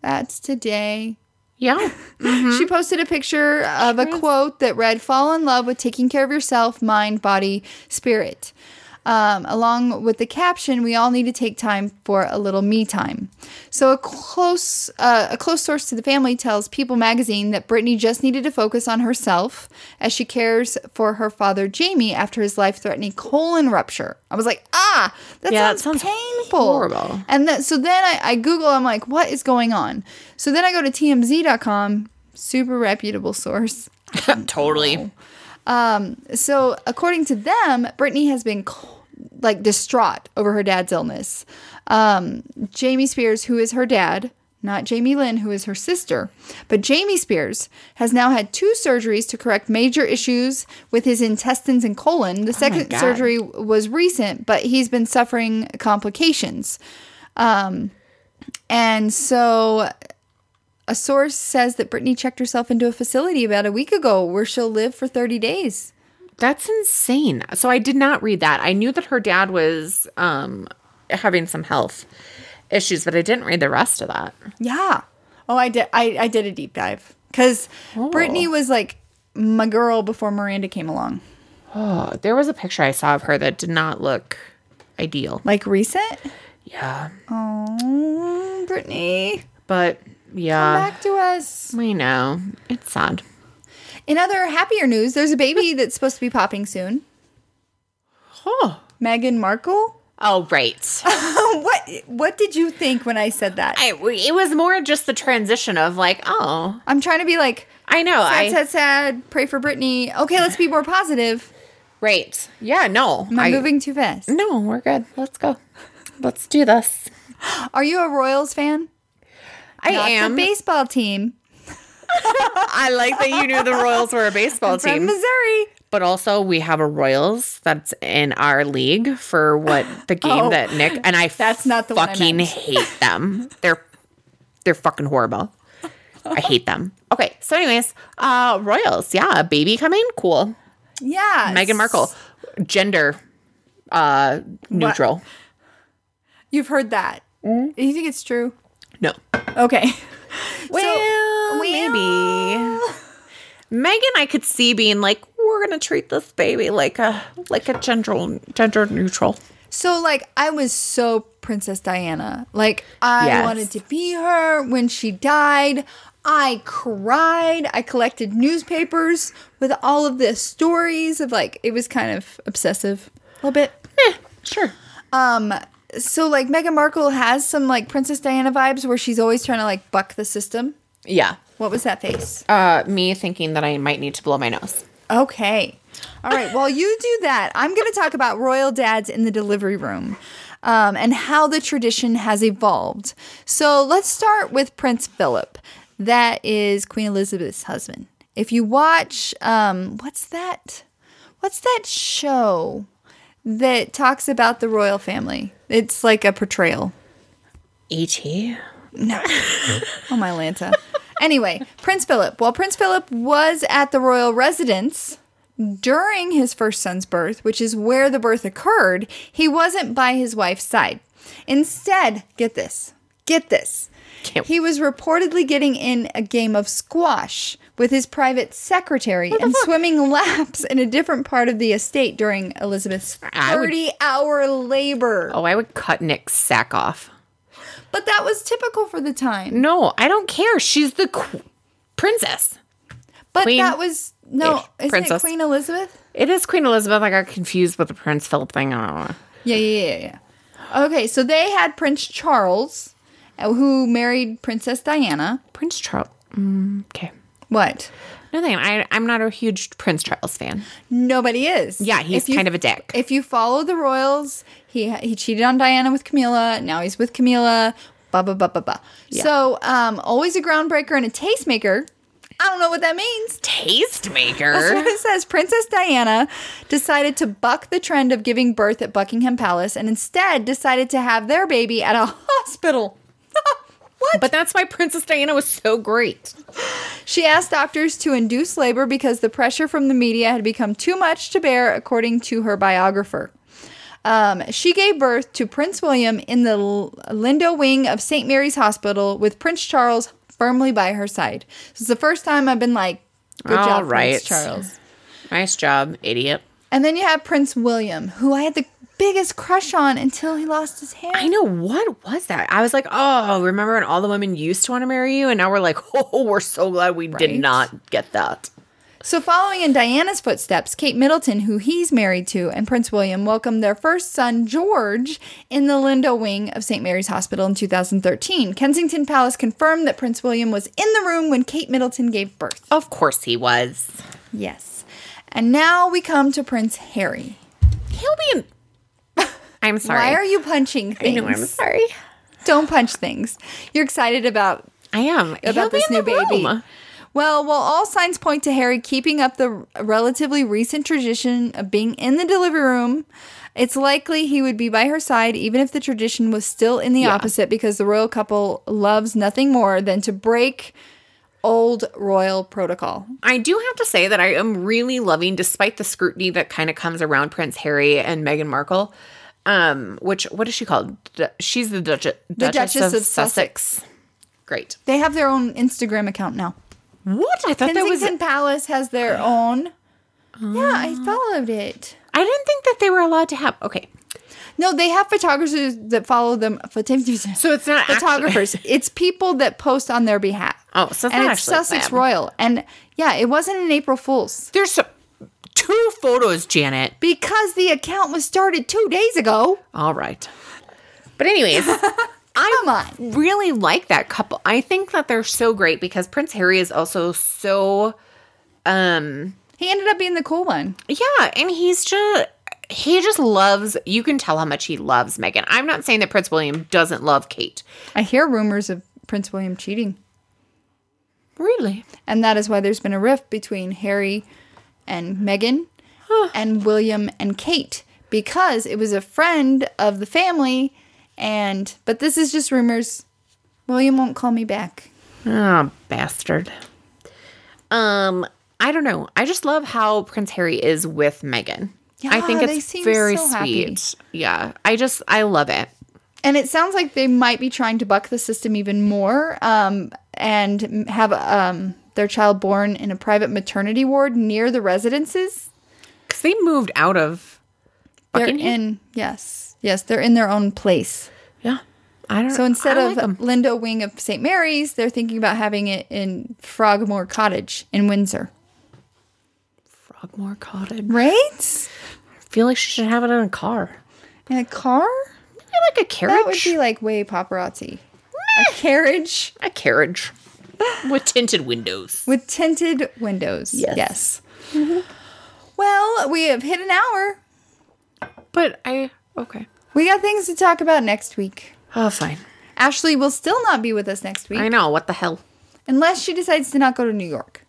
that's today, Yeah. Mm-hmm. she posted a picture of a quote that read, Fall in love with taking care of yourself, mind, body, spirit. Um, along with the caption, we all need to take time for a little me time. So a close uh, a close source to the family tells People magazine that Brittany just needed to focus on herself as she cares for her father Jamie after his life threatening colon rupture. I was like, ah, that Yeah, that sounds, sounds painful. horrible. And that, so then I, I Google, I'm like, what is going on? So then I go to tmz.com, super reputable source. totally. So according to them, Brittany has been co- like distraught over her dad's illness. Um, Jamie Spears, who is her dad, not Jamie Lynn, who is her sister, but Jamie Spears has now had two surgeries to correct major issues with his intestines and colon. The second God. surgery was recent, but he's been suffering complications. Um, And so a source says that Brittany checked herself into a facility about a week ago where she'll live for 30 days. That's insane. So I did not read that. I knew that her dad was um having some health issues, but I didn't read the rest of that. Yeah. Oh, I did I, I did a deep dive cuz Brittany was like my girl before Miranda came along. Oh, there was a picture I saw of her that did not look ideal. Like recent? Yeah. Oh, Brittany, But yeah. back to us. We know. It's sad. In other happier news, there's a baby that's supposed to be popping soon. Oh. Meghan Markle? Oh, right. what what did you think when I said that? I, it was more just the transition of like, oh, I'm trying to be like I know. sad, I sad, sad. Pray for Brittany. Okay, let's be more positive. right. Yeah. No. Am I, I- Mm. moving too fast? No, we're good. Let's go. Let's do this. Are you a Royals fan? I Not am. the baseball team I like that you knew the Royals were a baseball from team. Missouri. But also, we have a Royals that's in our league for what the game Oh. that Nick and I That's not the one I fucking meant. hate them. They're they're fucking horrible. I hate them. Okay, so anyways, uh Royals, yeah, baby coming, cool. Yeah. Meghan Markle, gender uh neutral. You've heard that. You think it's true? No. Okay. Well, maybe. Megan, I could see being like, we're gonna treat this baby like a like a gender gender neutral. So like I was so Princess Diana. Like I Yes. wanted to be her when she died. I cried. I collected newspapers with all of the stories of like it was kind of obsessive a little bit. Eh, Sure. Um so like Meghan Markle has some like Princess Diana vibes where she's always trying to like buck the system. Yeah. What was that face? Uh me thinking that I might need to blow my nose. Okay. All right. While you do that, I'm going to talk about royal dads in the delivery room um, and how the tradition has evolved. So let's start with Prince Philip. That is Queen Elizabeth's husband. If you watch, um, what's that? What's that show that talks about the royal family? It's like a portrayal. E E.T. No. oh my Lanta. Anyway, Prince Philip. While Prince Philip was at the royal residence during his first son's birth, which is where the birth occurred, he wasn't by his wife's side. Instead, get this. Get this. Can't- He was reportedly getting in a game of squash with his private secretary and swimming laps in a different part of the estate during Elizabeth's I would- 30 hour labor. Oh, I would cut Nick's sack off. But that was typical for the time. No, I don't care. She's the qu- princess. But Queen- that was no, ish, isn't princess. it Queen Elizabeth? It is Queen Elizabeth. I got confused with the Prince Philip thing. I don't know. Yeah, yeah, yeah, yeah. Okay, so they had Prince Charles, uh, who married Princess Diana. Prince Charles. Mm, okay. What? Nothing. I, I'm not a huge Prince Charles fan. Nobody is. Yeah, he's If you- kind of a dick. If you follow the royals, he he cheated on Diana with Camilla. Now he's with Camilla. Ba ba ba ba ba. So um, always a groundbreaker and a tastemaker. I don't know what that means. That's Tastemaker. what it says. Princess Diana decided to buck the trend of giving birth at Buckingham Palace and instead decided to have their baby at a hospital. what? But that's why Princess Diana was so great. She asked doctors to induce labor because the pressure from the media had become too much to bear, according to her biographer. Um, she gave birth to Prince William in the L- Lindo wing of St. Mary's Hospital with Prince Charles firmly by her side. This is the first time I've been like, good All job, right. Prince Charles. Nice job, idiot. And then you have Prince William, who I had the biggest crush on until he lost his hair. I know. What was that? I was like, oh, remember when all the women used to want to marry you? And now we're like, oh, we're so glad we Right. did not get that. So, following in Diana's footsteps, Kate Middleton, who he's married to, and Prince William welcomed their first son, George, in the Lindo wing of St. Mary's Hospital in 2013. Kensington Palace confirmed that Prince William was in the room when Kate Middleton gave birth. Of course he was. Yes. And now we come to Prince Harry. He'll be in. I'm sorry. Why are you punching I things? know, I'm sorry. Don't punch things. You're excited about I am. He'll about be this in new the baby. room. Well, while all signs point to Harry keeping up the r- relatively recent tradition of being in the delivery room, it's likely he would be by her side even if the tradition was still in the opposite because the royal couple loves nothing more than to break old royal protocol. I do have to say that I am really loving, despite the scrutiny that kind of comes around Prince Harry and Meghan Markle. Um, which what is she called? Du- She's the Duch- Duchess, Duchess of, of Sussex. Great. They have their own Instagram account now. What I thought that was. Kensington Palace has their own. Yeah, I followed it. I didn't think that they were allowed to have. Okay, No, they have photographers that follow them. so it's not actually- photographers. it's people that post on their behalf. Oh, so it's and not it's actually Sussex them. Royal, and yeah, it wasn't an April Fool's There's so- two photos, Janet. because the account was started two days ago. All right. But anyways, I Come on, really like that couple. I think that they're so great because Prince Harry is also so um he ended up being the cool one. Yeah, and he's just he just loves you can tell how much he loves Megan. I'm not saying that Prince William doesn't love Kate. I hear rumors of Prince William cheating. Really? And that is why there's been a rift between Harry and Meghan and William and Kate because it was a friend of the family and but this is just rumors. William won't call me back. Oh, bastard. Um, I don't know. I just love how Prince Harry is with Meghan. I Yeah, think they it's seem very so happy. sweet. Yeah. I just I love it. And it sounds like they might be trying to buck the system even more um, and m- have um, their child born in a private maternity ward near the residences. Cuz they moved out of They're Buckingham? in, yes, yes, they're in their own place. Yeah. I don't So instead I like of 'em. Linda Wing of St. Mary's, they're thinking about having it in Frogmore Cottage in Windsor. Frogmore Cottage, Right? I feel like she should have it in a car. In a car? Maybe like a That would carriage. be like way paparazzi. A carriage a carriage with tinted windows. with tinted windows. Yes. yes. Well, we have hit an hour. But I okay. We got things to talk about next week. Oh, fine. Ashley will still not be with us next week I know what the hell. unless she decides to not go to New York.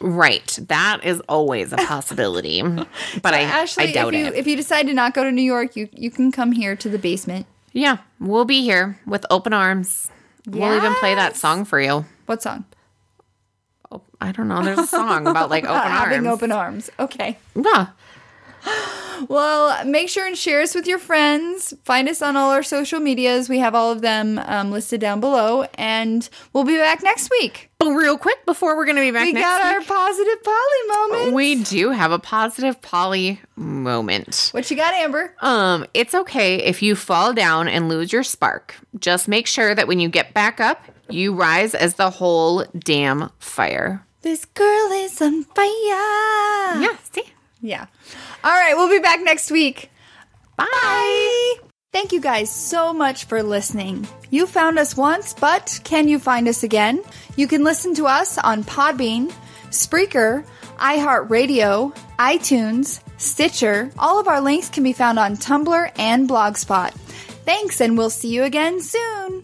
Right. That is always a possibility. but I Ashley, I doubt if you it. if you decide to not go to New York, you you can come here to the basement. Yeah, we'll be here with open arms. We'll even play that song for you. What song? Oh, I don't know. There's a song about like open About Uh, having arms. open arms. Okay. yeah. Well, make sure and share us with your friends. Find us on all our social medias. We have all of them um, listed down below, and we'll be back next week. But real quick before we're gonna be back we next got our positive poly moment. week, we do have a positive poly moment. what you got, Amber? Um, it's okay if you fall down and lose your spark. Just make sure that when you get back up, you rise as the whole damn fire. This girl is on fire. Yeah, see? Yeah. All right, we'll be back next week. Bye. Thank you guys so much for listening. You found us once, but can you find us again? You can listen to us on Podbean, Spreaker, iHeartRadio, iTunes, Stitcher. All of our links can be found on Tumblr and Blogspot. Thanks, and we'll see you again soon.